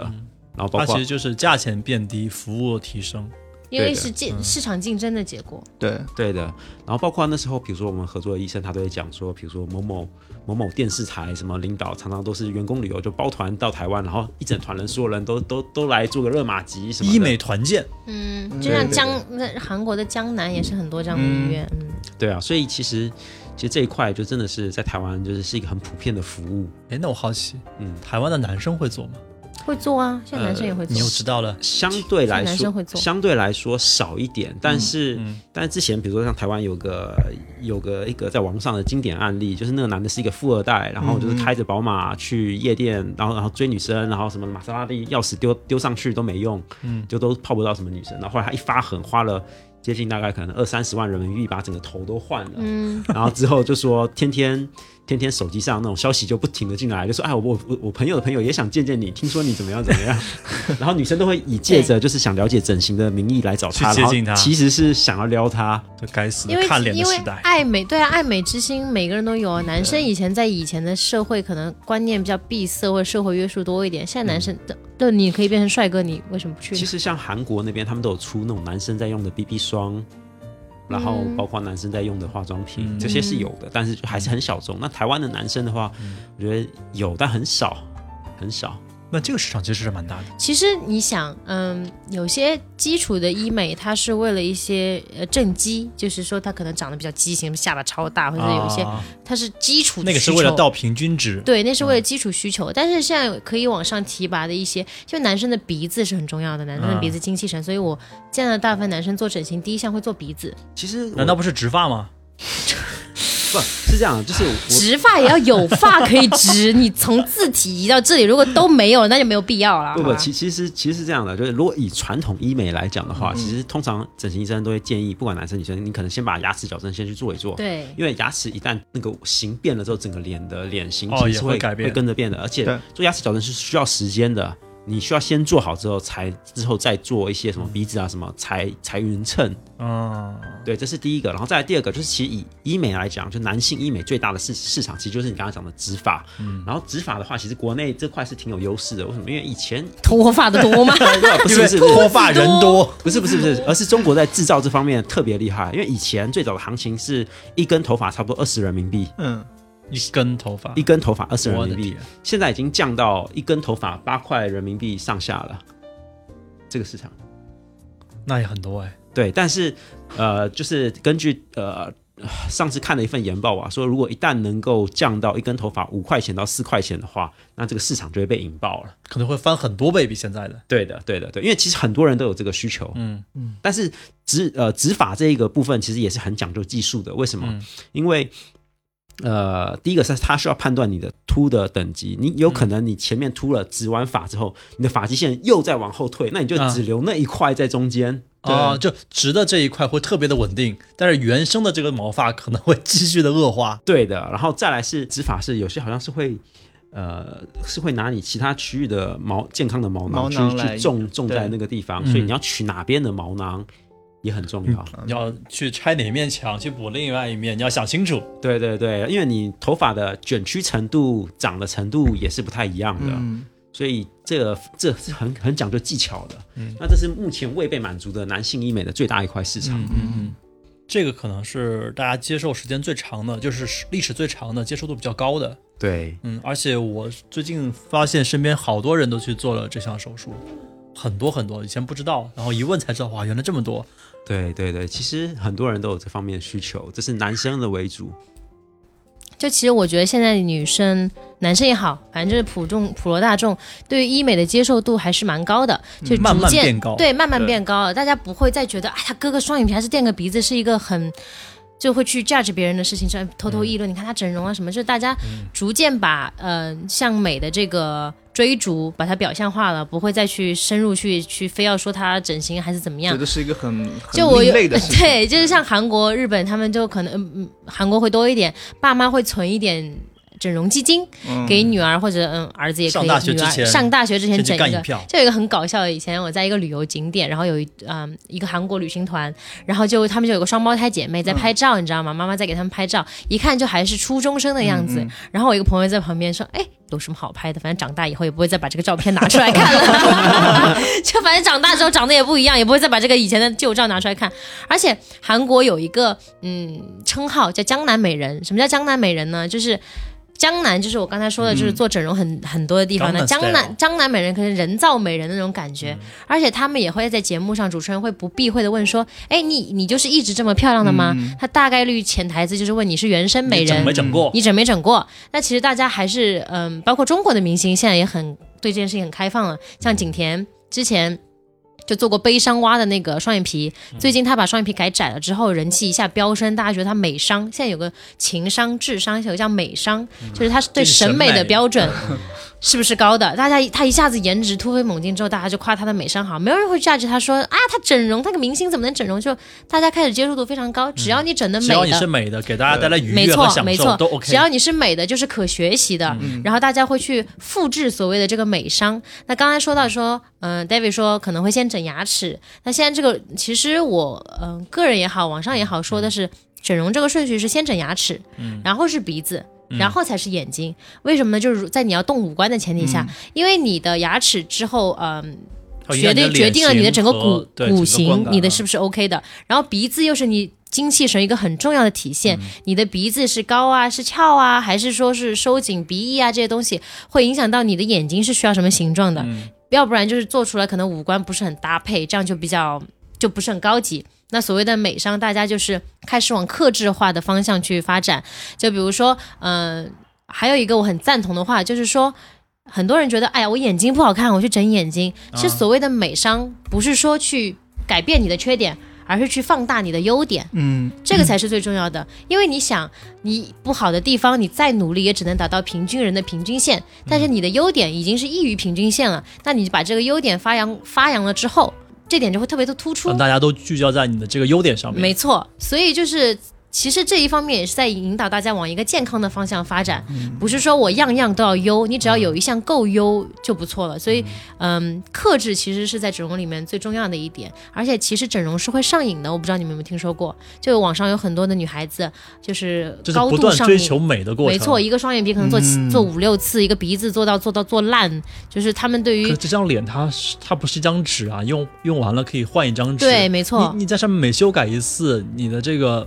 [SPEAKER 4] 然后包
[SPEAKER 1] 它啊其
[SPEAKER 4] 括
[SPEAKER 1] 实就是价钱变低，服务提升。
[SPEAKER 2] 因为是竞市场竞争的结果。
[SPEAKER 3] [laughs] 对，
[SPEAKER 4] 对的，然后包括那时候，比如说我们合作的医生，他都会讲说，比如说某某某某电视台什么领导，常常都是员工旅游就包团到台湾，然后一整团人，所有人都都都来做个热玛吉什么的
[SPEAKER 1] 医美团建，
[SPEAKER 2] 嗯，就像江那韩国的江南也是很多这样的医院。嗯，
[SPEAKER 4] 对啊，所以其实其实这一块就真的是在台湾就是是一个很普遍的服务。
[SPEAKER 1] 哎，那我好奇，
[SPEAKER 4] 嗯
[SPEAKER 1] 台湾的男生会做吗？
[SPEAKER 2] 会做啊，现在男生也会
[SPEAKER 1] 你又
[SPEAKER 2] 做。
[SPEAKER 1] 知道了，
[SPEAKER 4] 相对来
[SPEAKER 2] 男生会
[SPEAKER 4] 说，
[SPEAKER 2] 做
[SPEAKER 4] 相对来说少一点，但是、但是之前比如说像台湾有个有个一个在网络上的经典案例，就是那个男的是一个富二代，然后就是开着宝马去夜店，然后然后追女生，然后什么玛莎拉蒂钥匙丢丢上去都没用，嗯，就都泡不到什么女生，然后后来他一发狠，花了。接近大概可能二三十万人民币把整个头都换了，
[SPEAKER 2] 嗯，
[SPEAKER 4] 然后之后就说天天天天手机上那种消息就不停的进来，就说哎我我我我朋友的朋友也想见见你，听说你怎么样怎么
[SPEAKER 1] [laughs]
[SPEAKER 4] 样，然后女生都会以借着就是想了解整形的名义来找他，
[SPEAKER 1] 去接近他
[SPEAKER 4] 然后其实是想要撩他，
[SPEAKER 1] 这该死
[SPEAKER 2] 因
[SPEAKER 1] 的
[SPEAKER 2] 为
[SPEAKER 1] 看脸的
[SPEAKER 2] 因为
[SPEAKER 1] 时代，嗯
[SPEAKER 2] 爱美，对啊，爱美之心每个人都有啊。男生以前在以前的社会可能观念比较闭塞，或者社会约束多一点。现在男生
[SPEAKER 1] 嗯
[SPEAKER 2] 的，对，你可以变成帅哥，你为什么不去呢？
[SPEAKER 4] 其实像韩国那边，他们都有出那种男生在用的 BB 霜，然后包括男生在用的化妆品，
[SPEAKER 1] 嗯
[SPEAKER 4] 这些是有的，但是就还是很小众。那台湾的男生的话，
[SPEAKER 1] 嗯
[SPEAKER 4] 我觉得有，但很少，很少。
[SPEAKER 1] 那这个市场其实是蛮大的。
[SPEAKER 2] 其实你想，嗯，有些基础的医美，它是为了一些呃正畸，就是说它可能长得比较畸形，下巴超大，或者有一些、
[SPEAKER 1] 啊
[SPEAKER 2] 它是基础的
[SPEAKER 1] 那个是
[SPEAKER 2] 需
[SPEAKER 1] 为了
[SPEAKER 2] 求
[SPEAKER 1] 到平均值，
[SPEAKER 2] 对，那
[SPEAKER 4] 嗯
[SPEAKER 2] 是为了基础需求。但是现在可以往上提拔的一些，就男生的鼻子是很重要的，男生
[SPEAKER 4] 嗯
[SPEAKER 2] 的鼻子精气神，所以我见到大部分男生做整形，第一项会做鼻子。
[SPEAKER 4] 其实我
[SPEAKER 1] 难道不是植发吗？
[SPEAKER 4] 不是这样，就是我
[SPEAKER 2] 植发也要有发可以植，你从字体移到这里，如果都没有，那就没有必要了。
[SPEAKER 4] 不
[SPEAKER 2] 好
[SPEAKER 4] 不，
[SPEAKER 2] 吧
[SPEAKER 4] 其其实其实是这样的，就是如果以传统医美来讲的话，其实通常整形医生都会建议，不管男生女生，你可能先把牙齿矫正先去做一做。。
[SPEAKER 2] 对，
[SPEAKER 4] 因为牙齿一旦那个形变了之后，整个脸的脸型
[SPEAKER 1] 哦
[SPEAKER 4] 其
[SPEAKER 1] 也
[SPEAKER 4] 实
[SPEAKER 1] 会改变
[SPEAKER 4] 会跟着变的。而且
[SPEAKER 3] 对
[SPEAKER 4] 做牙齿矫正是需要时间的，你需要先做好之后才之后再做一些什么鼻子啊什么裁裁匀称，
[SPEAKER 1] 嗯，
[SPEAKER 4] 对，这是第一个。然后再来第二个就是，其实以医美来讲，就男性医美最大的市市场其实就是你刚刚讲的植发。嗯，然后植发的话，其实国内这块是挺有优势的。为什么？因为以前
[SPEAKER 2] 脱发的多吗？
[SPEAKER 4] 啊不是不是不
[SPEAKER 1] 脱
[SPEAKER 4] 是
[SPEAKER 1] 发人多，
[SPEAKER 4] 不是不是不是，而是中国在制造这方面特别厉害。因为以前最早的行情是一根头发差不多二十人民币，
[SPEAKER 3] 嗯，
[SPEAKER 1] 一根头发，
[SPEAKER 4] 一根头发二十
[SPEAKER 1] 我
[SPEAKER 4] 人
[SPEAKER 1] 的
[SPEAKER 4] 民币
[SPEAKER 1] 天，，
[SPEAKER 4] 现在已经降到一根头发八块人民币上下了。这个市场。
[SPEAKER 1] 那也很多哎，
[SPEAKER 4] 对，但是呃，就是根据呃上次看了一份研报啊，说如果一旦能够降到一根头发五块钱到四块钱的话，那这个市场就会被引爆了。
[SPEAKER 1] 可能会翻很多倍比现在的。
[SPEAKER 4] 对的，对的，对，因为其实很多人都有这个需求，
[SPEAKER 1] 嗯
[SPEAKER 4] 但是植呃植发这一个部分其实也是很讲究技术的。为什么？
[SPEAKER 1] 嗯
[SPEAKER 4] 因为呃，第一个是它需要判断你的秃的等级，你有可能你前面秃了，植完发之后，你的发际线又再往后退，那你就
[SPEAKER 1] 啊
[SPEAKER 4] 只留那一块在中间。
[SPEAKER 3] 嗯哦
[SPEAKER 1] 啊，就直的这一块会特别的稳定，但是原生的这个毛发可能会继续的恶化。
[SPEAKER 4] 对的，然后再来是植发是有些好像是会，呃，是会拿你其他区域的毛健康的毛
[SPEAKER 3] 毛
[SPEAKER 4] 囊去
[SPEAKER 3] 囊来
[SPEAKER 4] 去种种在
[SPEAKER 3] 对
[SPEAKER 4] 那个地方，
[SPEAKER 1] 嗯
[SPEAKER 4] 所以你要取哪边的毛囊也很重
[SPEAKER 3] 嗯
[SPEAKER 4] 要。
[SPEAKER 1] 你要去拆哪面墙去补另外一面，你要想清楚。
[SPEAKER 4] 对对对，因为你头发的卷曲程度、长的程度也是不太一样的，
[SPEAKER 3] 嗯
[SPEAKER 4] 所以这个这是很很讲究技巧的。那这是目前未被满足的男性医美的最大一块市场。
[SPEAKER 1] 嗯嗯，这个可能是大家接受时间最长的，就是历史最长的，接受度比较高的。
[SPEAKER 4] 对，
[SPEAKER 1] 嗯，而且我最近发现身边好多人都去做了这项手术，很多很多，以前不知道，然后一问才知道，哇，原来这么多。
[SPEAKER 4] 对对对，其实很多人都有这方面的需求，这是男生的为主。
[SPEAKER 2] 就其实我觉得现在女生、男生也好，反正就是普众、普罗大众对于医美的接受度还是蛮高的，就
[SPEAKER 1] 嗯
[SPEAKER 2] 逐渐
[SPEAKER 1] 慢慢变高
[SPEAKER 2] 对，慢慢变高了。大家不会再觉得啊，他割个双眼皮还是垫个鼻子是一个很。就会去 judge 别人的事情上偷偷议论，你看他整容啊什么，就是大家
[SPEAKER 1] 嗯
[SPEAKER 2] 逐渐把呃向美的这个追逐把它表象化了，不会再去深入去去非要说他整形还是怎么样
[SPEAKER 3] 觉，得是一个很
[SPEAKER 2] 就
[SPEAKER 3] 很
[SPEAKER 2] 我有
[SPEAKER 3] 另类的事情，
[SPEAKER 2] 对，就是像韩国、日本，他们就可能嗯嗯，韩国会多一点，爸妈会存一点整容基金、
[SPEAKER 3] 嗯
[SPEAKER 2] 给女儿或者嗯儿子也可以，
[SPEAKER 1] 上大学之
[SPEAKER 2] 女
[SPEAKER 1] 前
[SPEAKER 2] 儿上大学之前
[SPEAKER 1] 先去
[SPEAKER 2] 整
[SPEAKER 1] 干
[SPEAKER 2] 一个
[SPEAKER 1] 一票
[SPEAKER 2] 就有一个很搞笑的，以前我在一个旅游景点，然后有一嗯一个韩国旅行团，然后就他们就有个双胞胎姐妹
[SPEAKER 1] 嗯
[SPEAKER 2] 在拍照，你知道吗？妈妈在给他们拍照，一看就还是初中生的样
[SPEAKER 1] 嗯
[SPEAKER 2] 子。然后我一个朋友在旁边说：“哎，有什么好拍的？反正长大以后也不会再把这个照片拿出来
[SPEAKER 1] [laughs]
[SPEAKER 2] 看了， [laughs] 就反正长大之后长得也不一样，也不会再把这个以前的旧照拿出来看。而且韩国有一个嗯称号叫江南美人，什么叫江南美人呢？就是。江南就是我刚才说的，就是做整容很、很多的地方呢。
[SPEAKER 1] 嗯江南 style 嗯
[SPEAKER 2] 江南江南美人可能人造美人的那种感觉，而且他们也会在节目上，主持人会不避讳的问说：“哎，你你就是一直这么漂亮的吗？”他大概率潜台词就是问你是原生
[SPEAKER 1] 嗯
[SPEAKER 2] 美
[SPEAKER 1] 你整
[SPEAKER 2] 人嗯
[SPEAKER 1] 没，整过？
[SPEAKER 2] 你整没整过？那其实大家还是嗯，包括中国的明星现在也很对这件事情很开放了，像景甜之前。就做过悲伤蛙的那个双眼皮，
[SPEAKER 1] 嗯
[SPEAKER 2] 最近她把双眼皮改窄了之后，人气一下飙升，大家觉得她美商。现在有个情商、智商，有个叫美商，就是她对
[SPEAKER 1] 嗯这是审
[SPEAKER 2] 审美的
[SPEAKER 1] 美
[SPEAKER 2] 标准 [laughs] 是不是高的？大家她一下子颜值突飞猛进之后，大家就夸她的美商好，没有人会 judge 她说啊，她整容，她个明星怎么能整容？就大家开始接受度非常高，只要你整的
[SPEAKER 1] 嗯
[SPEAKER 2] 美
[SPEAKER 1] 只
[SPEAKER 2] 的，
[SPEAKER 1] 要你是美的，给大家带来愉
[SPEAKER 2] 没
[SPEAKER 1] 悦和
[SPEAKER 2] 错，
[SPEAKER 1] 享
[SPEAKER 2] 没
[SPEAKER 1] 受
[SPEAKER 2] 错
[SPEAKER 1] 都 OK。嗯
[SPEAKER 2] 只要你是美的，就是可学习的。然后大家会去复制所谓的这个美商。那刚才说到说，嗯、d a v i d 说可能会先整牙齿。那现在这个，其实我嗯、个人也好，网上也好
[SPEAKER 1] 嗯
[SPEAKER 2] 说的是，整容这个顺序是先整牙齿，然后是鼻子。
[SPEAKER 1] 嗯
[SPEAKER 2] 然后才是眼睛，为什么呢？就是如在你要动五官的前提下，
[SPEAKER 1] 嗯
[SPEAKER 2] 因为你的牙齿之后，嗯、
[SPEAKER 1] 它
[SPEAKER 2] 决
[SPEAKER 1] 哦影响你的
[SPEAKER 2] 定决定了
[SPEAKER 1] 脸
[SPEAKER 2] 你的
[SPEAKER 1] 型
[SPEAKER 2] 整个
[SPEAKER 1] 和
[SPEAKER 2] 骨
[SPEAKER 1] 对
[SPEAKER 2] 骨
[SPEAKER 1] 整个观
[SPEAKER 2] 型，
[SPEAKER 1] 感
[SPEAKER 2] 你的
[SPEAKER 1] 啊
[SPEAKER 2] 是不是 OK 的？然后鼻子又是你精气神一个很重要的体现，
[SPEAKER 1] 嗯
[SPEAKER 2] 你的鼻子是高啊，是翘啊，还是说是收紧鼻翼啊，这些东西会影响到你的眼睛是需要什么形状的，
[SPEAKER 1] 嗯
[SPEAKER 2] 要不然就是做出来可能五官不是很搭配，这样就比较就不是很高级。那所谓的美商，大家就是开始往克制化的方向去发展，就比如说，嗯、还有一个我很赞同的话，就是说，很多人觉得，哎呀，我眼睛不好看，我去整眼睛。其实所谓的美商，不是说去改变你的缺点，而是去放大你的优点，
[SPEAKER 3] 嗯，
[SPEAKER 2] 这个才是最重要的。因为你想，你不好的地方，你再努力也只能达到平均人的平均线，但是你的优点已经是异于平均线了，那你把这个优点发扬发扬了之后，这点就会特别的突出
[SPEAKER 1] 让。嗯大家都聚焦在你的这个优点上面。
[SPEAKER 2] 没错，所以就是。其实这一方面也是在引导大家往一个健康的方向发展，
[SPEAKER 1] 嗯
[SPEAKER 2] 不是说我样样都要优，你只要有一项够优就不错了。所以，嗯，克制其实是在整容里面最重要的一点。而且，其实整容是会上瘾的，我不知道你们有没有听说过，就网上有很多的女孩子就是
[SPEAKER 1] 就是
[SPEAKER 2] 高
[SPEAKER 1] 不
[SPEAKER 2] 度
[SPEAKER 1] 断
[SPEAKER 2] 上
[SPEAKER 1] 追
[SPEAKER 2] 瘾，
[SPEAKER 1] 求美的过程。
[SPEAKER 2] 没错，一个双眼皮可能做七、
[SPEAKER 3] 嗯
[SPEAKER 2] 做五六次，一个鼻子做到做到做烂，就是他们对
[SPEAKER 1] 可
[SPEAKER 2] 于
[SPEAKER 1] 是这张脸它是它不是一张纸啊，用用完了可以换一张纸。
[SPEAKER 2] 对，没错
[SPEAKER 1] 你，你在上面每修改一次，你的这个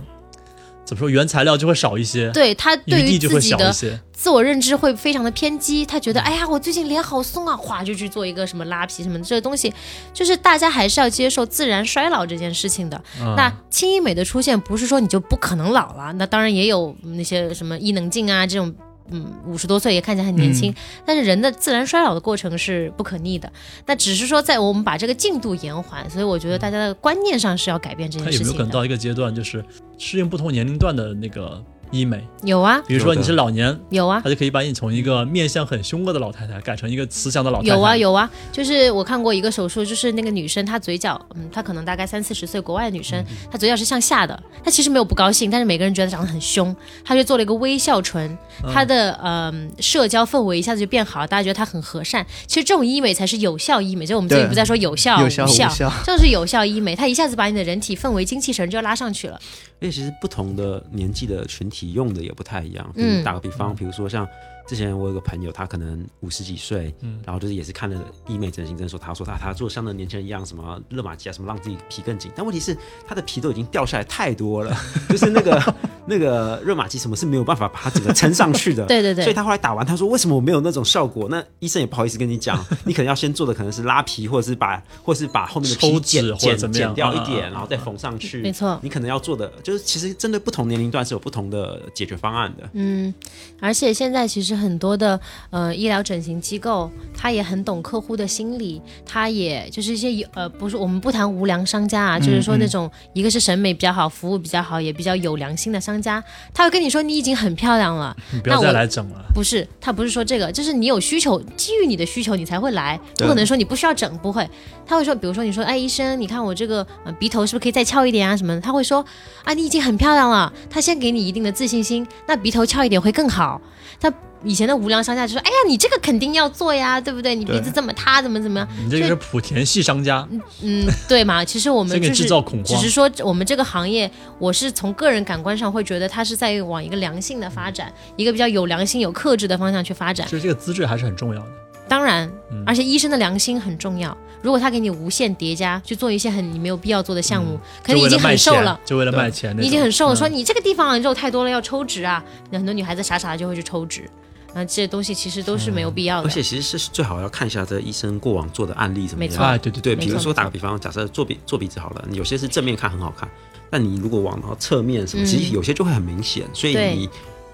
[SPEAKER 1] 怎么说原材料就会少一些，
[SPEAKER 2] 对他
[SPEAKER 1] 余
[SPEAKER 2] 对
[SPEAKER 1] 地
[SPEAKER 2] 于
[SPEAKER 1] 就
[SPEAKER 2] 自
[SPEAKER 1] 会
[SPEAKER 2] 己
[SPEAKER 1] 小
[SPEAKER 2] 的嗯
[SPEAKER 1] 一些。
[SPEAKER 2] 自我认知会非常的偏激，他觉得哎呀，我最近脸好松啊，哗就去做一个什么拉皮什么的这个东西，就是大家还是要接受自然衰老这件事情的。
[SPEAKER 1] 嗯
[SPEAKER 2] 那轻医美的出现不是说你就不可能老了，那当然也有嗯那些什么伊能静啊这种。嗯，五十多岁也看起来很年
[SPEAKER 1] 嗯
[SPEAKER 2] 轻，但是人的自然衰老的过程是不可逆的。那只是说，在我们把这个进度延缓，所以我觉得大家的观念上是要改变这
[SPEAKER 1] 它
[SPEAKER 2] 件
[SPEAKER 1] 有
[SPEAKER 2] 事
[SPEAKER 1] 没有可
[SPEAKER 2] 情
[SPEAKER 1] 能
[SPEAKER 2] 的。
[SPEAKER 1] 到一个阶段，就是适应不同年龄段的那个医美？
[SPEAKER 2] 有啊，
[SPEAKER 1] 比如说你是老年，
[SPEAKER 2] 有啊，
[SPEAKER 1] 它就可以把你从一个面相很凶恶的老太太改成一个慈祥的老太太。
[SPEAKER 2] 有啊有啊，就是我看过一个手术，就是那个女生她嘴角，嗯，她可能大概三四十岁，国外的女
[SPEAKER 3] 嗯
[SPEAKER 2] 生，她嘴角是向下的，她其实没有不高兴，但是每个人觉得她长得很凶，她就做了一个微笑唇，她的嗯、社交氛围一下子就变好，大家觉得她很和善。其实这种医美才是有效医美，就我们最近
[SPEAKER 3] 对
[SPEAKER 2] 不在说有效
[SPEAKER 3] 有效无
[SPEAKER 2] 效
[SPEAKER 3] 效，
[SPEAKER 2] 这是有效医美，它一下子把你的人体氛围、精气神就拉上去了。
[SPEAKER 4] 因为其实不同的年纪的群体用的也不太一样。
[SPEAKER 2] 嗯
[SPEAKER 4] 嗯，打个比方，比如说像之前我有个朋友，他可能五十几岁，
[SPEAKER 1] 嗯
[SPEAKER 4] 然后就是也是看了医美整形诊所，他说他他做像那年轻人一样，什么热玛吉啊，什么让自己皮更紧。但问题是他的皮都已经掉下来太多了，就是
[SPEAKER 2] [laughs]
[SPEAKER 4] 那个那个热玛吉什么是没有办法把它整个撑上去
[SPEAKER 2] [laughs]
[SPEAKER 4] 的。
[SPEAKER 2] 对对
[SPEAKER 4] 所以
[SPEAKER 2] 对，
[SPEAKER 4] 他后来打完，他说为什么我没有那种效果？那医生也不好意思跟
[SPEAKER 2] [laughs]
[SPEAKER 4] 你讲，你可能要先做的可能是拉皮，或者是把，或是把后面的皮
[SPEAKER 1] 抽脂
[SPEAKER 4] 剪
[SPEAKER 1] 或者
[SPEAKER 4] 剪
[SPEAKER 1] 怎么样
[SPEAKER 4] 剪掉一
[SPEAKER 1] 啊啊啊
[SPEAKER 4] 点，然后再缝上去。
[SPEAKER 2] 嗯没错
[SPEAKER 4] 你可能要做的就是，其实针对不同年龄段是有不同的解决方案的。
[SPEAKER 2] 嗯，而且现在其实很多的呃医疗整形机构，它也很懂客户的心理，它也就是一些有呃不是我们不谈无良商家啊，就是说那种一个是审美比较好，服务比较好，也比较有良心的商家，他会跟你说你已经很漂亮了，
[SPEAKER 1] 你不要
[SPEAKER 2] 那
[SPEAKER 1] 再
[SPEAKER 2] 我
[SPEAKER 1] 来整了。
[SPEAKER 2] 不是，他不是说这个，就是你有需求，基于你的需求你才会来，不
[SPEAKER 3] 对
[SPEAKER 2] 可能说你不需要整，不会。他会说，比如说你说，哎，医生，你看我这个、呃、鼻头是不是可以再翘一点啊什么的？他会说，啊，你已经很漂亮了。他先给你一定的自信心，那鼻头翘一点会更好。他以前的无良商家就说，哎呀，你这个肯定要做呀，对不对？你鼻子这么塌，怎么怎么样？
[SPEAKER 1] 你这个是莆田系商家，
[SPEAKER 2] 嗯，对嘛？ [laughs] 其实我
[SPEAKER 1] 先
[SPEAKER 2] 们
[SPEAKER 1] 给
[SPEAKER 2] 就
[SPEAKER 1] 制
[SPEAKER 2] 是
[SPEAKER 1] 造恐
[SPEAKER 2] 只
[SPEAKER 1] 慌
[SPEAKER 2] 是。说我们这个行业，我是从个人感官上会觉得它是在往一个良性的发展，一个比较有良心、有克制的方向去发展。
[SPEAKER 1] 就是这个资质还是很重要的。
[SPEAKER 2] 当然
[SPEAKER 1] 嗯，
[SPEAKER 2] 而且医生的良心很重要。如果他给你无限叠加，去做一些很你没有必要做的项目，可能
[SPEAKER 1] 就
[SPEAKER 2] 你
[SPEAKER 1] 为
[SPEAKER 2] 已经
[SPEAKER 1] 了卖
[SPEAKER 2] 很瘦
[SPEAKER 1] 钱
[SPEAKER 2] 了，，
[SPEAKER 1] 嗯就为了卖钱那种，
[SPEAKER 2] 你已经很瘦了，
[SPEAKER 1] 嗯
[SPEAKER 2] 说你这个地方肉太多了要抽脂啊，那很多女孩子傻傻的就会去抽脂。那这些东西其实都是没有必要
[SPEAKER 1] 嗯
[SPEAKER 2] 的
[SPEAKER 4] 而。且其实是最好要看一下这医生过往做的案例怎么
[SPEAKER 2] 没
[SPEAKER 4] 样。
[SPEAKER 2] 错
[SPEAKER 1] 哎，对对
[SPEAKER 4] 对，
[SPEAKER 2] 没
[SPEAKER 4] 比如
[SPEAKER 2] 错
[SPEAKER 4] 说打个比方，假设做鼻做鼻子好了，有些是正面看很好看，但你如果往到侧面什么，
[SPEAKER 2] 嗯
[SPEAKER 4] 其实有些就会很明显，所以
[SPEAKER 2] 对
[SPEAKER 4] 你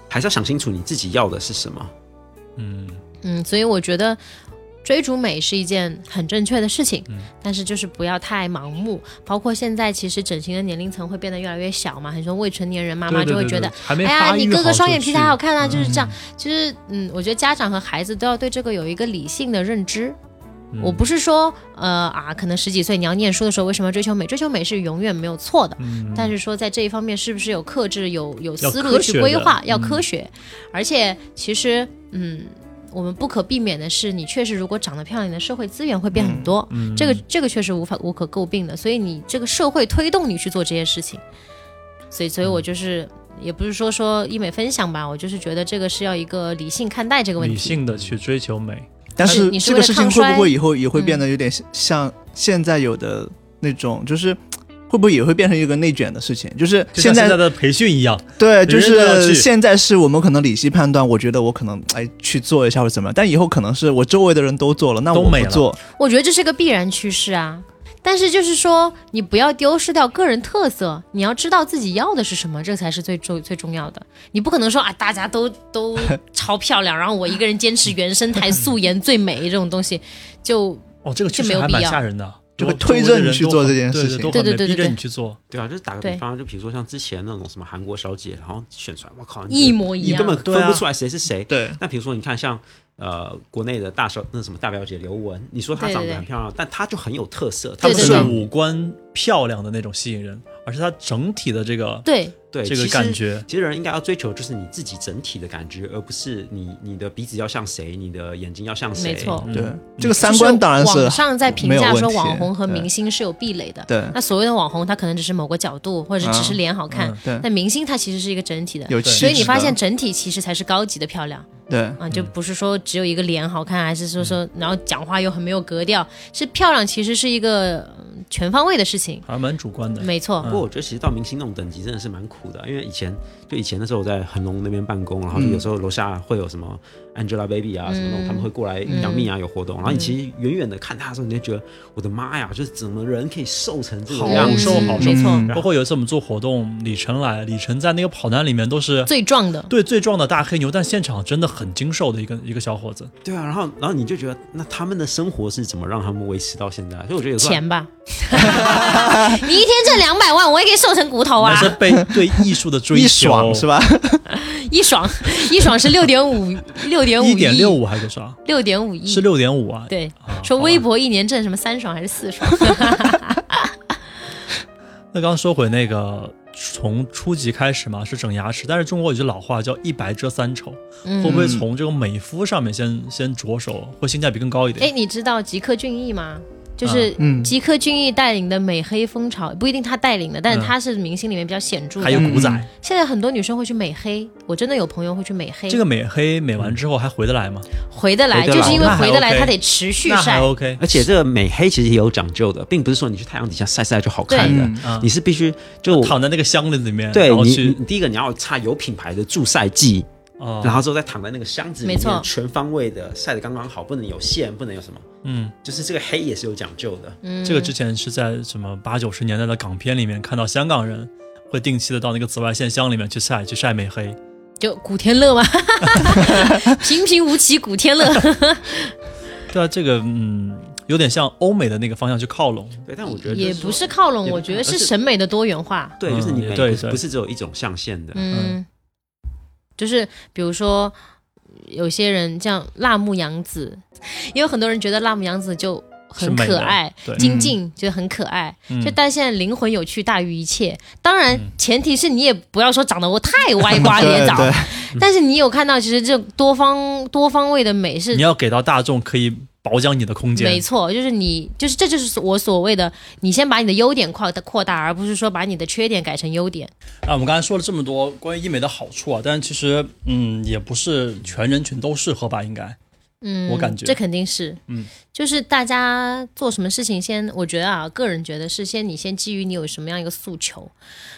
[SPEAKER 4] 还是要想清楚你自己要的是什么。
[SPEAKER 1] 嗯，
[SPEAKER 2] 嗯，所以我觉得追逐美是一件很正确的事情，
[SPEAKER 1] 嗯
[SPEAKER 2] 但是就是不要太盲目。包括现在，其实整形的年龄层会变得越来越小嘛，很多未成年人妈妈
[SPEAKER 1] 对
[SPEAKER 2] 就
[SPEAKER 1] 对
[SPEAKER 2] 会
[SPEAKER 1] 嗯对
[SPEAKER 2] 觉得
[SPEAKER 1] 对还没
[SPEAKER 2] 哎呀，
[SPEAKER 1] 发育
[SPEAKER 2] 你哥
[SPEAKER 1] 好
[SPEAKER 2] 哥双
[SPEAKER 1] 就
[SPEAKER 2] 眼皮
[SPEAKER 1] 去
[SPEAKER 2] 才好看啊，就是这样。其实，嗯，我觉得家长和孩子都要对这个有一个理性的认知。
[SPEAKER 1] 嗯
[SPEAKER 2] 我不是说，呃啊，可能十几岁你要念书的时候，为什么要追求美？追求美是永远没有错的，但是说在这一方面是不是有克制、有有
[SPEAKER 1] 嗯要
[SPEAKER 2] 思
[SPEAKER 1] 科
[SPEAKER 2] 路
[SPEAKER 1] 学
[SPEAKER 2] 去规划，
[SPEAKER 1] 的嗯
[SPEAKER 2] 要科学。而且，其实，嗯，我们不可避免的是，你确实如果长得漂亮，你的社会资源会变很
[SPEAKER 1] 嗯
[SPEAKER 2] 多，这个这个确实无法无可诟病的。所以你这个社会推动你去做这些事情，所以所以我就是。也不是说说医美分享吧，我就是觉得这个是要一个理性看待这个问
[SPEAKER 1] 理
[SPEAKER 2] 题。
[SPEAKER 1] 性的去追求美，
[SPEAKER 3] 但是
[SPEAKER 2] 你是
[SPEAKER 3] 这
[SPEAKER 2] 为
[SPEAKER 3] 个
[SPEAKER 2] 了
[SPEAKER 3] 事情
[SPEAKER 2] 抗
[SPEAKER 3] 会
[SPEAKER 2] 衰嗯
[SPEAKER 3] 不会以后也会变得有点像现在有的那种，就是会不会也会变成一个内卷的事情？就是
[SPEAKER 1] 就像
[SPEAKER 3] 在
[SPEAKER 1] 现在的培训一样，
[SPEAKER 3] 对，就
[SPEAKER 1] 人人都要去
[SPEAKER 3] 是现在是我们可能理性判断，我觉得我可能哎去做一下或者怎么样，但以后可能是我周围的人都做了，那
[SPEAKER 1] 都
[SPEAKER 3] 我
[SPEAKER 1] 没
[SPEAKER 3] 不
[SPEAKER 1] 了
[SPEAKER 3] 做，
[SPEAKER 2] 我觉得这是个必然趋势啊，但是就是说你不要丢失掉个人特色，你要知道自己要的是什么，这才是最重最重要的。你不可能说啊，大家都
[SPEAKER 3] [laughs]
[SPEAKER 2] 都超漂亮，然后我一个人坚持原生态素颜最美这种东西，就
[SPEAKER 1] 哦，这个确
[SPEAKER 2] 这
[SPEAKER 1] 实
[SPEAKER 2] 没有
[SPEAKER 1] 还
[SPEAKER 2] 必
[SPEAKER 1] 蛮
[SPEAKER 2] 要
[SPEAKER 1] 吓人的。
[SPEAKER 3] 就会推着你去做这件事情
[SPEAKER 1] 对
[SPEAKER 2] 对对对对
[SPEAKER 1] 逼着
[SPEAKER 2] 对
[SPEAKER 1] 你去做。
[SPEAKER 4] 对啊，就是打个
[SPEAKER 2] 对
[SPEAKER 4] 比方，就比如说像之前那种什么韩国小姐，然后选出来，我靠，
[SPEAKER 2] 一模一
[SPEAKER 4] 你
[SPEAKER 2] 样
[SPEAKER 4] 根本
[SPEAKER 3] 对啊
[SPEAKER 4] 分不出来谁是谁。
[SPEAKER 3] 对
[SPEAKER 4] 那比如说，你看像呃国内的大小那什么大表姐刘雯，你说她
[SPEAKER 2] 对对
[SPEAKER 4] 长得
[SPEAKER 2] 对
[SPEAKER 4] 很漂亮，但她就很有特色，
[SPEAKER 1] 他
[SPEAKER 4] 她
[SPEAKER 2] 对
[SPEAKER 1] 不
[SPEAKER 4] 不
[SPEAKER 2] 对
[SPEAKER 4] 是
[SPEAKER 1] 是
[SPEAKER 2] 对
[SPEAKER 1] 五官漂亮的那种吸引人，而是他整体的这个
[SPEAKER 2] 对
[SPEAKER 4] 对
[SPEAKER 1] 这个
[SPEAKER 4] 其实
[SPEAKER 1] 感觉
[SPEAKER 4] 其实人应该要追求就是你自己整体的感觉，而不是你你的鼻子要像谁，你的眼睛要像谁。
[SPEAKER 2] 没错
[SPEAKER 1] 嗯
[SPEAKER 3] 对，这个三观当然
[SPEAKER 2] 就是网上在评
[SPEAKER 3] 没有
[SPEAKER 2] 价
[SPEAKER 3] 问
[SPEAKER 2] 说
[SPEAKER 3] 题
[SPEAKER 2] 网红和
[SPEAKER 3] 对
[SPEAKER 2] 明星是有壁垒的。
[SPEAKER 3] 对
[SPEAKER 2] 那所谓的网红，他可能只是某个角度，或者只是脸好看
[SPEAKER 1] 嗯。
[SPEAKER 3] 对
[SPEAKER 2] 但明星他其实是一个整体的。
[SPEAKER 3] 有气质
[SPEAKER 2] 所以你发
[SPEAKER 3] 的嗯
[SPEAKER 2] 现整体其实才是高级的漂亮
[SPEAKER 3] 对
[SPEAKER 2] 啊，就不是说只有一个脸好看，还是说
[SPEAKER 3] 嗯
[SPEAKER 2] 说然后讲话又很没有格调，是漂亮其实是一个嗯全方位的事情。
[SPEAKER 1] 还蛮主观的。
[SPEAKER 2] 没错
[SPEAKER 4] 不，过我觉得其实到明星那种等级真的是蛮苦的，因为以前就以前的时候我在恒隆那边办公，然后
[SPEAKER 1] 嗯
[SPEAKER 4] 就有时候楼下会有什么 Angelababy 啊、什么那种，他们
[SPEAKER 2] 嗯
[SPEAKER 4] 会过来杨幂啊有活动，然后你其实远远的看她的时候，你就觉得我的妈呀，就是怎么人可以瘦成这
[SPEAKER 3] 嗯
[SPEAKER 4] 个
[SPEAKER 1] 好
[SPEAKER 4] 样
[SPEAKER 1] 好
[SPEAKER 4] 子
[SPEAKER 1] 瘦，？好嗯瘦
[SPEAKER 2] 嗯没错。
[SPEAKER 1] 包括有一次我们做活动，李晨来，李晨在那个跑男里面都是
[SPEAKER 2] 最壮的，
[SPEAKER 1] 对最壮的大黑牛，但现场真的很精瘦的一个一个小伙子。
[SPEAKER 4] 对啊，然后然后你就觉得那他们的生活是怎么让他们维持到现在？所以我觉得有时候
[SPEAKER 2] 钱吧， [laughs] 你一天挣两百万，我也可以瘦成骨头啊
[SPEAKER 1] 那！是被对艺术的追
[SPEAKER 3] 一
[SPEAKER 1] 求，
[SPEAKER 3] 爽是
[SPEAKER 1] 吧？ [laughs]
[SPEAKER 3] 吧？
[SPEAKER 2] 一爽， [laughs] 一爽是六点五，六点五
[SPEAKER 1] 一点六，五还是多少？
[SPEAKER 2] 六点五亿，
[SPEAKER 1] 是六点五啊？
[SPEAKER 2] 对，
[SPEAKER 1] 啊
[SPEAKER 2] 说
[SPEAKER 1] 好
[SPEAKER 2] 微
[SPEAKER 1] 吧
[SPEAKER 2] 博一年挣什么三爽还是四爽？
[SPEAKER 1] 那刚刚说回那个，从初级开始嘛，是整牙齿，但是中国有句老话叫“一白遮三丑”，
[SPEAKER 2] 嗯
[SPEAKER 1] 会不会从这个美肤上面先先着手，会性价比更高一
[SPEAKER 2] 哎，
[SPEAKER 1] 点？
[SPEAKER 2] 你知道吉克隽逸吗？就是
[SPEAKER 3] 嗯
[SPEAKER 2] 吉克隽逸带领的美黑风潮，不一定他带领的，但是
[SPEAKER 1] 嗯
[SPEAKER 2] 他是明星里面比较显著
[SPEAKER 1] 还有
[SPEAKER 2] 的。
[SPEAKER 1] 古仔，
[SPEAKER 3] 嗯
[SPEAKER 2] 现在很多女生会去美黑，我真的有朋友会去美黑，
[SPEAKER 1] 这个美黑美完之后还回得来吗？
[SPEAKER 2] 回得来，
[SPEAKER 4] 回得
[SPEAKER 2] 就
[SPEAKER 4] 来
[SPEAKER 2] 是因为
[SPEAKER 1] 那还
[SPEAKER 2] 回得来
[SPEAKER 1] OK
[SPEAKER 2] 她得持续
[SPEAKER 1] 那还
[SPEAKER 2] 嗯晒。
[SPEAKER 1] OK，
[SPEAKER 4] 而且这个美黑其实也有讲究的，并不是说你去太阳底下晒晒就好看
[SPEAKER 2] 对
[SPEAKER 4] 的，
[SPEAKER 3] 嗯
[SPEAKER 1] 啊
[SPEAKER 4] 你是必须就
[SPEAKER 1] 躺在那个箱子里面，
[SPEAKER 4] 对
[SPEAKER 1] 然后
[SPEAKER 4] 你
[SPEAKER 1] 去，
[SPEAKER 4] 你第一个你要擦有品牌的助晒剂，
[SPEAKER 1] 哦
[SPEAKER 4] 然后之后再躺在那个箱子里
[SPEAKER 2] 没错
[SPEAKER 4] 面，全方位的晒得刚刚好，不能有线，不能有什么，
[SPEAKER 1] 嗯，
[SPEAKER 4] 就是这个黑也是有讲究的。
[SPEAKER 2] 嗯
[SPEAKER 1] 这个之前是在什么八九十年代的港片里面看到香港人。会定期的到那个紫外线箱里面去晒，去晒美黑。
[SPEAKER 2] 就古天
[SPEAKER 1] [laughs]
[SPEAKER 2] 乐嘛， [laughs] 平平无奇古天乐。
[SPEAKER 1] 对啊，这个嗯，有点向欧美的那个方向去靠拢。
[SPEAKER 4] 对，但我觉得
[SPEAKER 2] 也
[SPEAKER 4] 就是
[SPEAKER 2] 不
[SPEAKER 4] 说，
[SPEAKER 2] 是靠拢，
[SPEAKER 4] 也不
[SPEAKER 2] 我觉得
[SPEAKER 4] 而
[SPEAKER 2] 是
[SPEAKER 4] 是
[SPEAKER 2] 审美的多元化。
[SPEAKER 4] 对，就是你
[SPEAKER 1] 嗯
[SPEAKER 4] 美
[SPEAKER 1] 对
[SPEAKER 4] 不是
[SPEAKER 1] 对
[SPEAKER 4] 不是只有一种象限的。
[SPEAKER 2] 嗯，就是比如说，有些人像辣目洋子，也有很多人觉得辣目洋子就。
[SPEAKER 1] 是
[SPEAKER 2] 很
[SPEAKER 1] 美
[SPEAKER 2] 可
[SPEAKER 1] 的
[SPEAKER 2] 爱
[SPEAKER 1] 对，
[SPEAKER 2] 精进觉得很可爱，
[SPEAKER 1] 嗯
[SPEAKER 2] 就但现在灵魂有趣大于一切。当然，前提是你也不要说长得我太歪瓜
[SPEAKER 1] [laughs]
[SPEAKER 2] 裂枣
[SPEAKER 3] 嗯对，
[SPEAKER 2] 但是你有看到，其实这种多方多方位的美是
[SPEAKER 1] 你要给到大众可以保奖你的空间。
[SPEAKER 2] 没错，就是你，就是这就是我所谓的，你先把你的优点扩大扩大，而不是说把你的缺点改成优点。
[SPEAKER 1] 啊，我们刚才说了这么多关于医美的好处啊，但其实嗯，也不是全人群都适合吧，应该。
[SPEAKER 2] 嗯，
[SPEAKER 1] 我感觉
[SPEAKER 2] 这肯定是，嗯，就是大家做什么事情先，我觉得啊，个人觉得是先你先基于你有什么样一个诉求，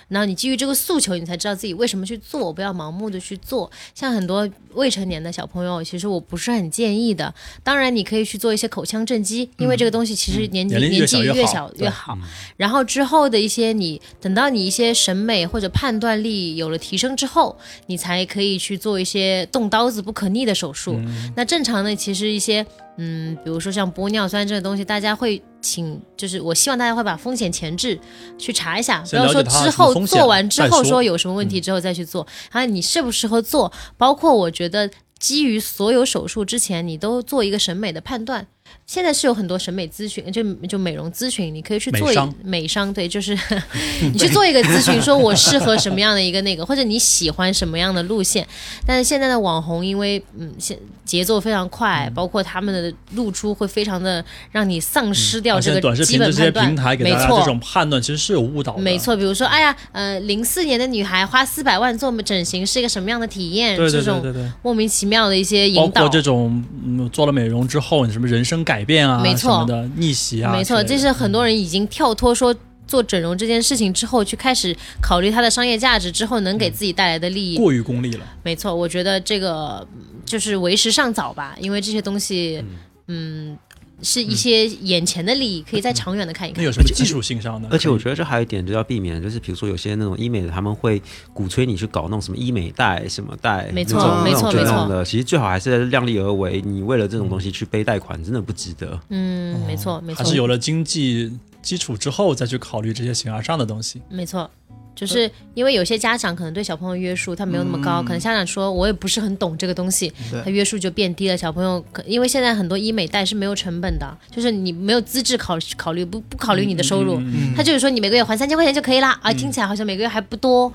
[SPEAKER 2] 然后你基于这个诉求，你才知道自己为什么去做，不要盲目的去做。像很多未成年的小朋友，其实我不是很建议的。当然，你可以去做一些口腔正畸，因为这个东西其实年纪、
[SPEAKER 1] 嗯年龄越
[SPEAKER 2] 年纪
[SPEAKER 1] 小越
[SPEAKER 2] 越
[SPEAKER 1] 好
[SPEAKER 2] 小
[SPEAKER 1] 对嗯
[SPEAKER 2] 越好。然后之后的一些你等到你一些审美或者判断力有了提升之后，你才可以去做一些动刀子不可逆的手术。
[SPEAKER 1] 嗯
[SPEAKER 2] 那正常的其实一些，嗯，比如说像玻尿酸这个东西，大家会请，就是我希望大家会把风险前置去查一下，不
[SPEAKER 1] 先
[SPEAKER 2] 要
[SPEAKER 1] 了解
[SPEAKER 2] 说
[SPEAKER 1] 它
[SPEAKER 2] 之
[SPEAKER 1] 有什么
[SPEAKER 2] 后
[SPEAKER 1] 风险
[SPEAKER 2] 做完之
[SPEAKER 1] 再
[SPEAKER 2] 后
[SPEAKER 1] 说
[SPEAKER 2] 说有什么问题之后再去做，还有你适不适合做，包括我觉得基于所有手术之前，你都做一个审美的判断。现在是有很多审美咨询，就就美容咨询，你可以去做
[SPEAKER 1] 美
[SPEAKER 2] 一
[SPEAKER 1] 商
[SPEAKER 2] 美商，对，就是
[SPEAKER 1] [laughs]
[SPEAKER 2] 你去做一个咨询，说我适合什么样的一个那个，或者你喜欢什么样的路线。但是现在的网红，因为嗯，现节奏非常
[SPEAKER 1] 嗯
[SPEAKER 2] 快，包括他们的露出会非常的让你丧失掉
[SPEAKER 1] 而
[SPEAKER 2] 这
[SPEAKER 1] 且嗯短
[SPEAKER 2] 个
[SPEAKER 1] 视
[SPEAKER 2] 基
[SPEAKER 1] 频这
[SPEAKER 2] 本
[SPEAKER 1] 些
[SPEAKER 2] 判断
[SPEAKER 1] 平台，给
[SPEAKER 2] 没
[SPEAKER 1] 大家
[SPEAKER 2] 错
[SPEAKER 1] 这种判断，其实是有误导的。
[SPEAKER 2] 没，错，比如说，哎呀，呃，零四年的女孩花四百万做整形是一个什么样的体验？
[SPEAKER 1] 对对
[SPEAKER 2] 这
[SPEAKER 1] 对
[SPEAKER 2] 种
[SPEAKER 1] 对对。
[SPEAKER 2] 莫名其妙的一些
[SPEAKER 1] 包
[SPEAKER 2] 引
[SPEAKER 1] 括
[SPEAKER 2] 导，
[SPEAKER 1] 这种嗯，做了美容之后，你什么人生改变啊，
[SPEAKER 2] 没
[SPEAKER 1] 什
[SPEAKER 2] 错
[SPEAKER 1] 么的逆袭啊之类的，
[SPEAKER 2] 没错，这是很多人已经跳脱说做整容这件事情之后，去开始考虑它的商业价值之后能
[SPEAKER 1] 嗯
[SPEAKER 2] 给自己带来的利益。
[SPEAKER 1] 过于功利了。
[SPEAKER 2] 没错，我觉得这个嗯就是为时尚早吧，因为这些东西，嗯。是一些眼前的利益，可以在长远的看一
[SPEAKER 1] 那
[SPEAKER 2] 看。
[SPEAKER 1] 有什么技术性上的？
[SPEAKER 4] 而且我觉得这还有一点就要避免，就是比如说有些那种医美的，他们会鼓吹你去搞那种什么医美贷、什么贷，
[SPEAKER 2] 没错
[SPEAKER 4] 那种
[SPEAKER 3] 没
[SPEAKER 4] 那
[SPEAKER 3] 错
[SPEAKER 4] 种就
[SPEAKER 3] 没错
[SPEAKER 4] 那种的。其实最好还是量力而为，你为了这种东西去背贷款，真的不值得。
[SPEAKER 2] 嗯，没错，没
[SPEAKER 1] 哦还
[SPEAKER 2] 错，
[SPEAKER 1] 是有了经济基础之后再去考虑这些形而上的东西。
[SPEAKER 2] 没错。就是因为有些家长可能对小朋友约束他没有那么
[SPEAKER 1] 嗯
[SPEAKER 2] 高，可能家长说我也不是很懂这个东西，
[SPEAKER 3] 对
[SPEAKER 2] 他约束就变低了。小朋友可因为现在很多医美贷是没有成本的，就是你没有资质考考虑不不考虑你的收入，
[SPEAKER 1] 嗯
[SPEAKER 2] 他就是说你每个月还三千块钱就可以啦，啊，
[SPEAKER 3] 嗯
[SPEAKER 2] 听起来好像每个月还不多，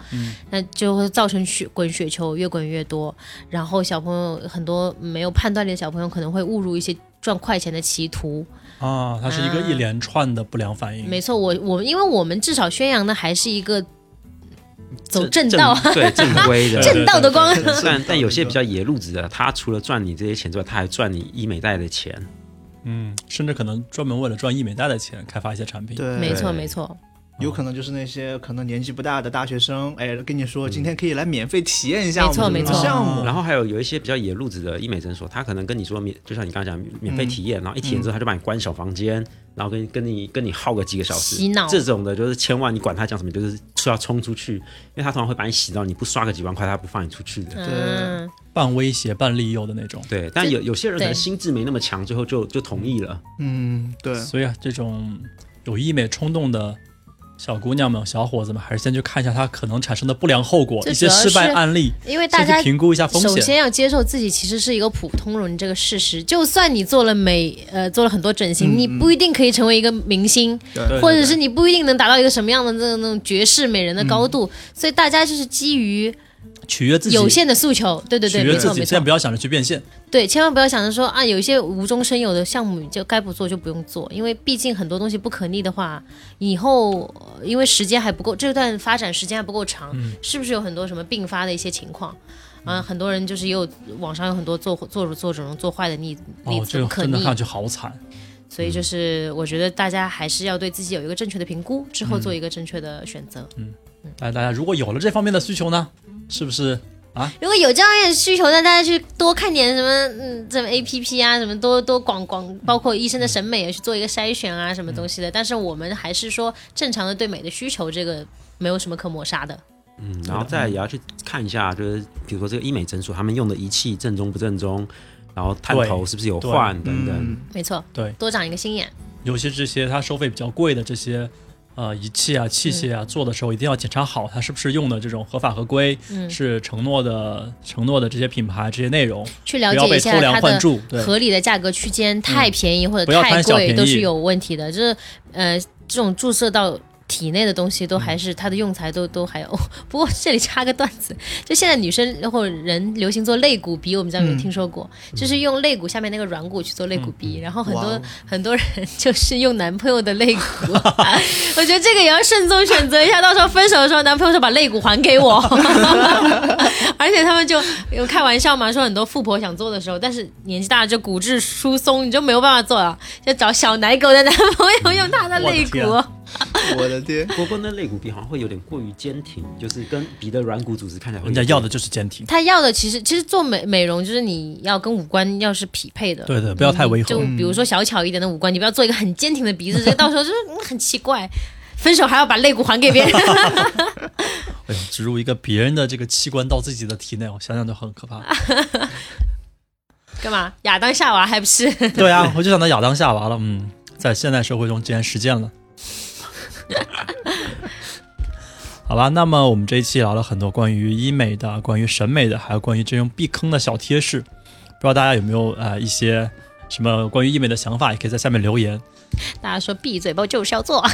[SPEAKER 2] 那就会造成雪滚雪球，越滚越多。然后小朋友很多没有判断力的小朋友可能会误入一些赚快钱的歧途。
[SPEAKER 1] 啊，它是一个一连串的不良反
[SPEAKER 3] 嗯
[SPEAKER 1] 应。
[SPEAKER 2] 没错，我我因为我们至少宣扬的还是一个走正
[SPEAKER 4] 正
[SPEAKER 2] 道，
[SPEAKER 4] 对正规的。
[SPEAKER 1] 正
[SPEAKER 2] [laughs] 正道的光。
[SPEAKER 3] 对对对
[SPEAKER 4] 但但有些比较野路子的，他除了赚你这些钱之外，他还赚你医美贷的钱。
[SPEAKER 1] 嗯，甚至可能专门为了赚医美贷的钱开发一些产品。
[SPEAKER 3] 对，
[SPEAKER 2] 没错，没错，
[SPEAKER 3] 有可能就是那些可能年纪不大的大学生，哎，跟你说今天可以来免费体验一下我
[SPEAKER 2] 没错
[SPEAKER 3] 们的
[SPEAKER 2] 没错
[SPEAKER 3] 项目，
[SPEAKER 4] 然后还有有一些比较野路子的医美诊所，他可能跟你说免，就像你刚刚讲免费体验，然后一体验之后他就把你关小房间，然后跟跟你跟你耗个几个小时，
[SPEAKER 2] 洗脑
[SPEAKER 4] 这种的就是千万你管他讲什么，你就是就要冲出去，因为他通常会把你洗到，你不刷个几万块，他不放你出去的。
[SPEAKER 2] 嗯，
[SPEAKER 1] 半威胁半利诱的那种。
[SPEAKER 4] 对，但有有些人可能
[SPEAKER 2] 对
[SPEAKER 4] 心智没那么强，最后就就同意了。
[SPEAKER 3] 嗯，对，
[SPEAKER 1] 所以啊，这种有医美冲动的小姑娘们、小伙子们，还是先去看一下它可能产生的不良后果，
[SPEAKER 2] 这
[SPEAKER 1] 一些
[SPEAKER 2] 主要
[SPEAKER 1] 失败
[SPEAKER 2] 是
[SPEAKER 1] 案例，
[SPEAKER 2] 因为大
[SPEAKER 1] 先
[SPEAKER 2] 家
[SPEAKER 1] 去评估一下风
[SPEAKER 2] 首
[SPEAKER 1] 险。
[SPEAKER 2] 先要接受自己其实是一个普通人这个事实，就算你做了美，呃，做了很多整
[SPEAKER 3] 嗯
[SPEAKER 2] 形，你不一定可以成为一个明星，
[SPEAKER 1] 对
[SPEAKER 2] 或者是你不一定能达到一个什么样的那那种绝世美人的高
[SPEAKER 1] 嗯
[SPEAKER 2] 度。所以大家就是基于
[SPEAKER 1] 取悦自己，
[SPEAKER 2] 有限的诉求，对对
[SPEAKER 1] 取
[SPEAKER 2] 对，
[SPEAKER 1] 悦
[SPEAKER 2] 没
[SPEAKER 1] 自
[SPEAKER 2] 错
[SPEAKER 1] 己，
[SPEAKER 2] 没
[SPEAKER 1] 现在
[SPEAKER 2] 错
[SPEAKER 1] 不，要想着去变现。
[SPEAKER 2] 对，千万不要想着说啊，有一些无中生有的项目就该不做就不用做，因为毕竟很多东西不可逆的话，以后呃因为时间还不够，这段发展时间还不够长，
[SPEAKER 1] 嗯
[SPEAKER 2] 是不是有很多什么并发的一些情况？啊，很多人就是也有网上有很多做做做这种做坏的例例
[SPEAKER 1] 哦，
[SPEAKER 2] 子
[SPEAKER 1] 这
[SPEAKER 2] 不
[SPEAKER 1] 个
[SPEAKER 2] 可
[SPEAKER 1] 真的
[SPEAKER 2] 逆
[SPEAKER 1] 看上，去好惨。
[SPEAKER 2] 所以就是我觉得大家还是要对自己有一个正确的评估，之
[SPEAKER 1] 嗯
[SPEAKER 2] 后做一个正确的选择。
[SPEAKER 1] 但是大家如果有了这方面的需求呢，是不是
[SPEAKER 2] 如果有这样的需求，那大家去多看点什么，嗯，什么 A P P 啊，什么多多广广，包括医生的审美也去做一个筛选啊，什么东西的。但是我们还是说正常的对美的需求，这个没有什么可抹杀的。
[SPEAKER 4] 嗯，然后再也要去看一下，就是比如说这个医美诊所他们用的仪器正宗不正宗，然后探
[SPEAKER 1] 对
[SPEAKER 4] 头是不是有
[SPEAKER 1] 对
[SPEAKER 4] 换等等。
[SPEAKER 3] 嗯，
[SPEAKER 2] 没错，
[SPEAKER 1] 对，
[SPEAKER 2] 多长一个心眼。
[SPEAKER 1] 尤其这些它收费比较贵的这些呃仪器啊、器械啊，做的时候一定要检查好它是不是用的这种合法合规，
[SPEAKER 2] 嗯
[SPEAKER 1] 是承诺的承诺的这些品牌、这些内容，
[SPEAKER 2] 去
[SPEAKER 1] 不
[SPEAKER 2] 了
[SPEAKER 1] 要
[SPEAKER 2] 解
[SPEAKER 1] 被
[SPEAKER 2] 一
[SPEAKER 1] 偷
[SPEAKER 2] 下
[SPEAKER 1] 梁
[SPEAKER 2] 它
[SPEAKER 1] 换
[SPEAKER 2] 的
[SPEAKER 1] 柱。对，
[SPEAKER 2] 合理的价格区间，太便宜或
[SPEAKER 1] 不
[SPEAKER 2] 者
[SPEAKER 1] 要
[SPEAKER 2] 太
[SPEAKER 1] 贪小
[SPEAKER 2] 贵
[SPEAKER 1] 便宜
[SPEAKER 2] 都是有问题的。就是呃，这种注射到体内的东西，都还是它的用材都都还有。 [laughs] 不过这里插个段子，就现在女生或者人流行做肋骨鼻，我们知道有没有听说过？
[SPEAKER 1] 嗯
[SPEAKER 2] 就是用肋骨下面那个软骨去做肋骨鼻，然后很
[SPEAKER 3] 哇
[SPEAKER 2] 多
[SPEAKER 3] 哦
[SPEAKER 2] 很多人就是用男朋友的肋骨。
[SPEAKER 1] [laughs]
[SPEAKER 2] 我觉得这个也要慎重选择一下，到时候分手的时候，男朋友说把肋骨还给我。而且他们就有开玩笑嘛，说很多富婆想做的时候，但是年纪大了就骨质疏松，你就没有办法做了，就找小奶狗的男朋友用他的肋骨。
[SPEAKER 1] 嗯我的啊
[SPEAKER 3] 我的天，
[SPEAKER 4] 不过那肋骨鼻好像会有点过于坚挺，就是跟鼻的软骨组织看起来会
[SPEAKER 1] 人
[SPEAKER 4] 有
[SPEAKER 1] 家
[SPEAKER 4] 点
[SPEAKER 1] 嗯要的就是坚挺。
[SPEAKER 2] 他要的其实其实做美美容就是你要跟五官要是匹配的，
[SPEAKER 1] 对对，不要太违和
[SPEAKER 2] 嗯就。比如说小巧一点的五官，你不要做一个很坚挺的鼻子，这到时候就是、嗯很奇怪。分手还要把肋骨还给
[SPEAKER 1] [laughs]
[SPEAKER 2] 别人，
[SPEAKER 1] 哎呦，植入一个别人的这个器官到自己的体内，我想想就很可怕。
[SPEAKER 2] 干嘛？亚当夏娃还不是？ [laughs]
[SPEAKER 1] 对啊，我就想到亚当夏娃了。嗯，在现代社会中竟然实践了。 [laughs] 好吧，那么我们这一期聊了很多关于医美的、关于审美的，还有关于这种避坑的小贴士。不知道大家有没有呃一些什么关于医美的想法，也可以在下面留言。
[SPEAKER 2] 大家说闭嘴吧，就是
[SPEAKER 1] [laughs]
[SPEAKER 2] 要做。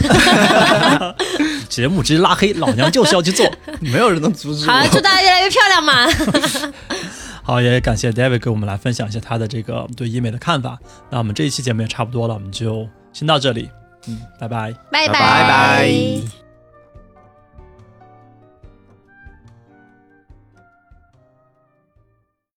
[SPEAKER 1] 节目直接拉黑，老娘就是要去做。
[SPEAKER 3] 没有人能阻止
[SPEAKER 2] 好，
[SPEAKER 3] 我。
[SPEAKER 2] 祝大家越来越漂亮嘛！
[SPEAKER 1] 好，也感谢 David 给我们来分享一下他的这个对医美的看法。那我们这一期节目也差不多了，我们就先到这里。嗯，拜拜。
[SPEAKER 2] 拜
[SPEAKER 3] 拜
[SPEAKER 4] 拜
[SPEAKER 2] 拜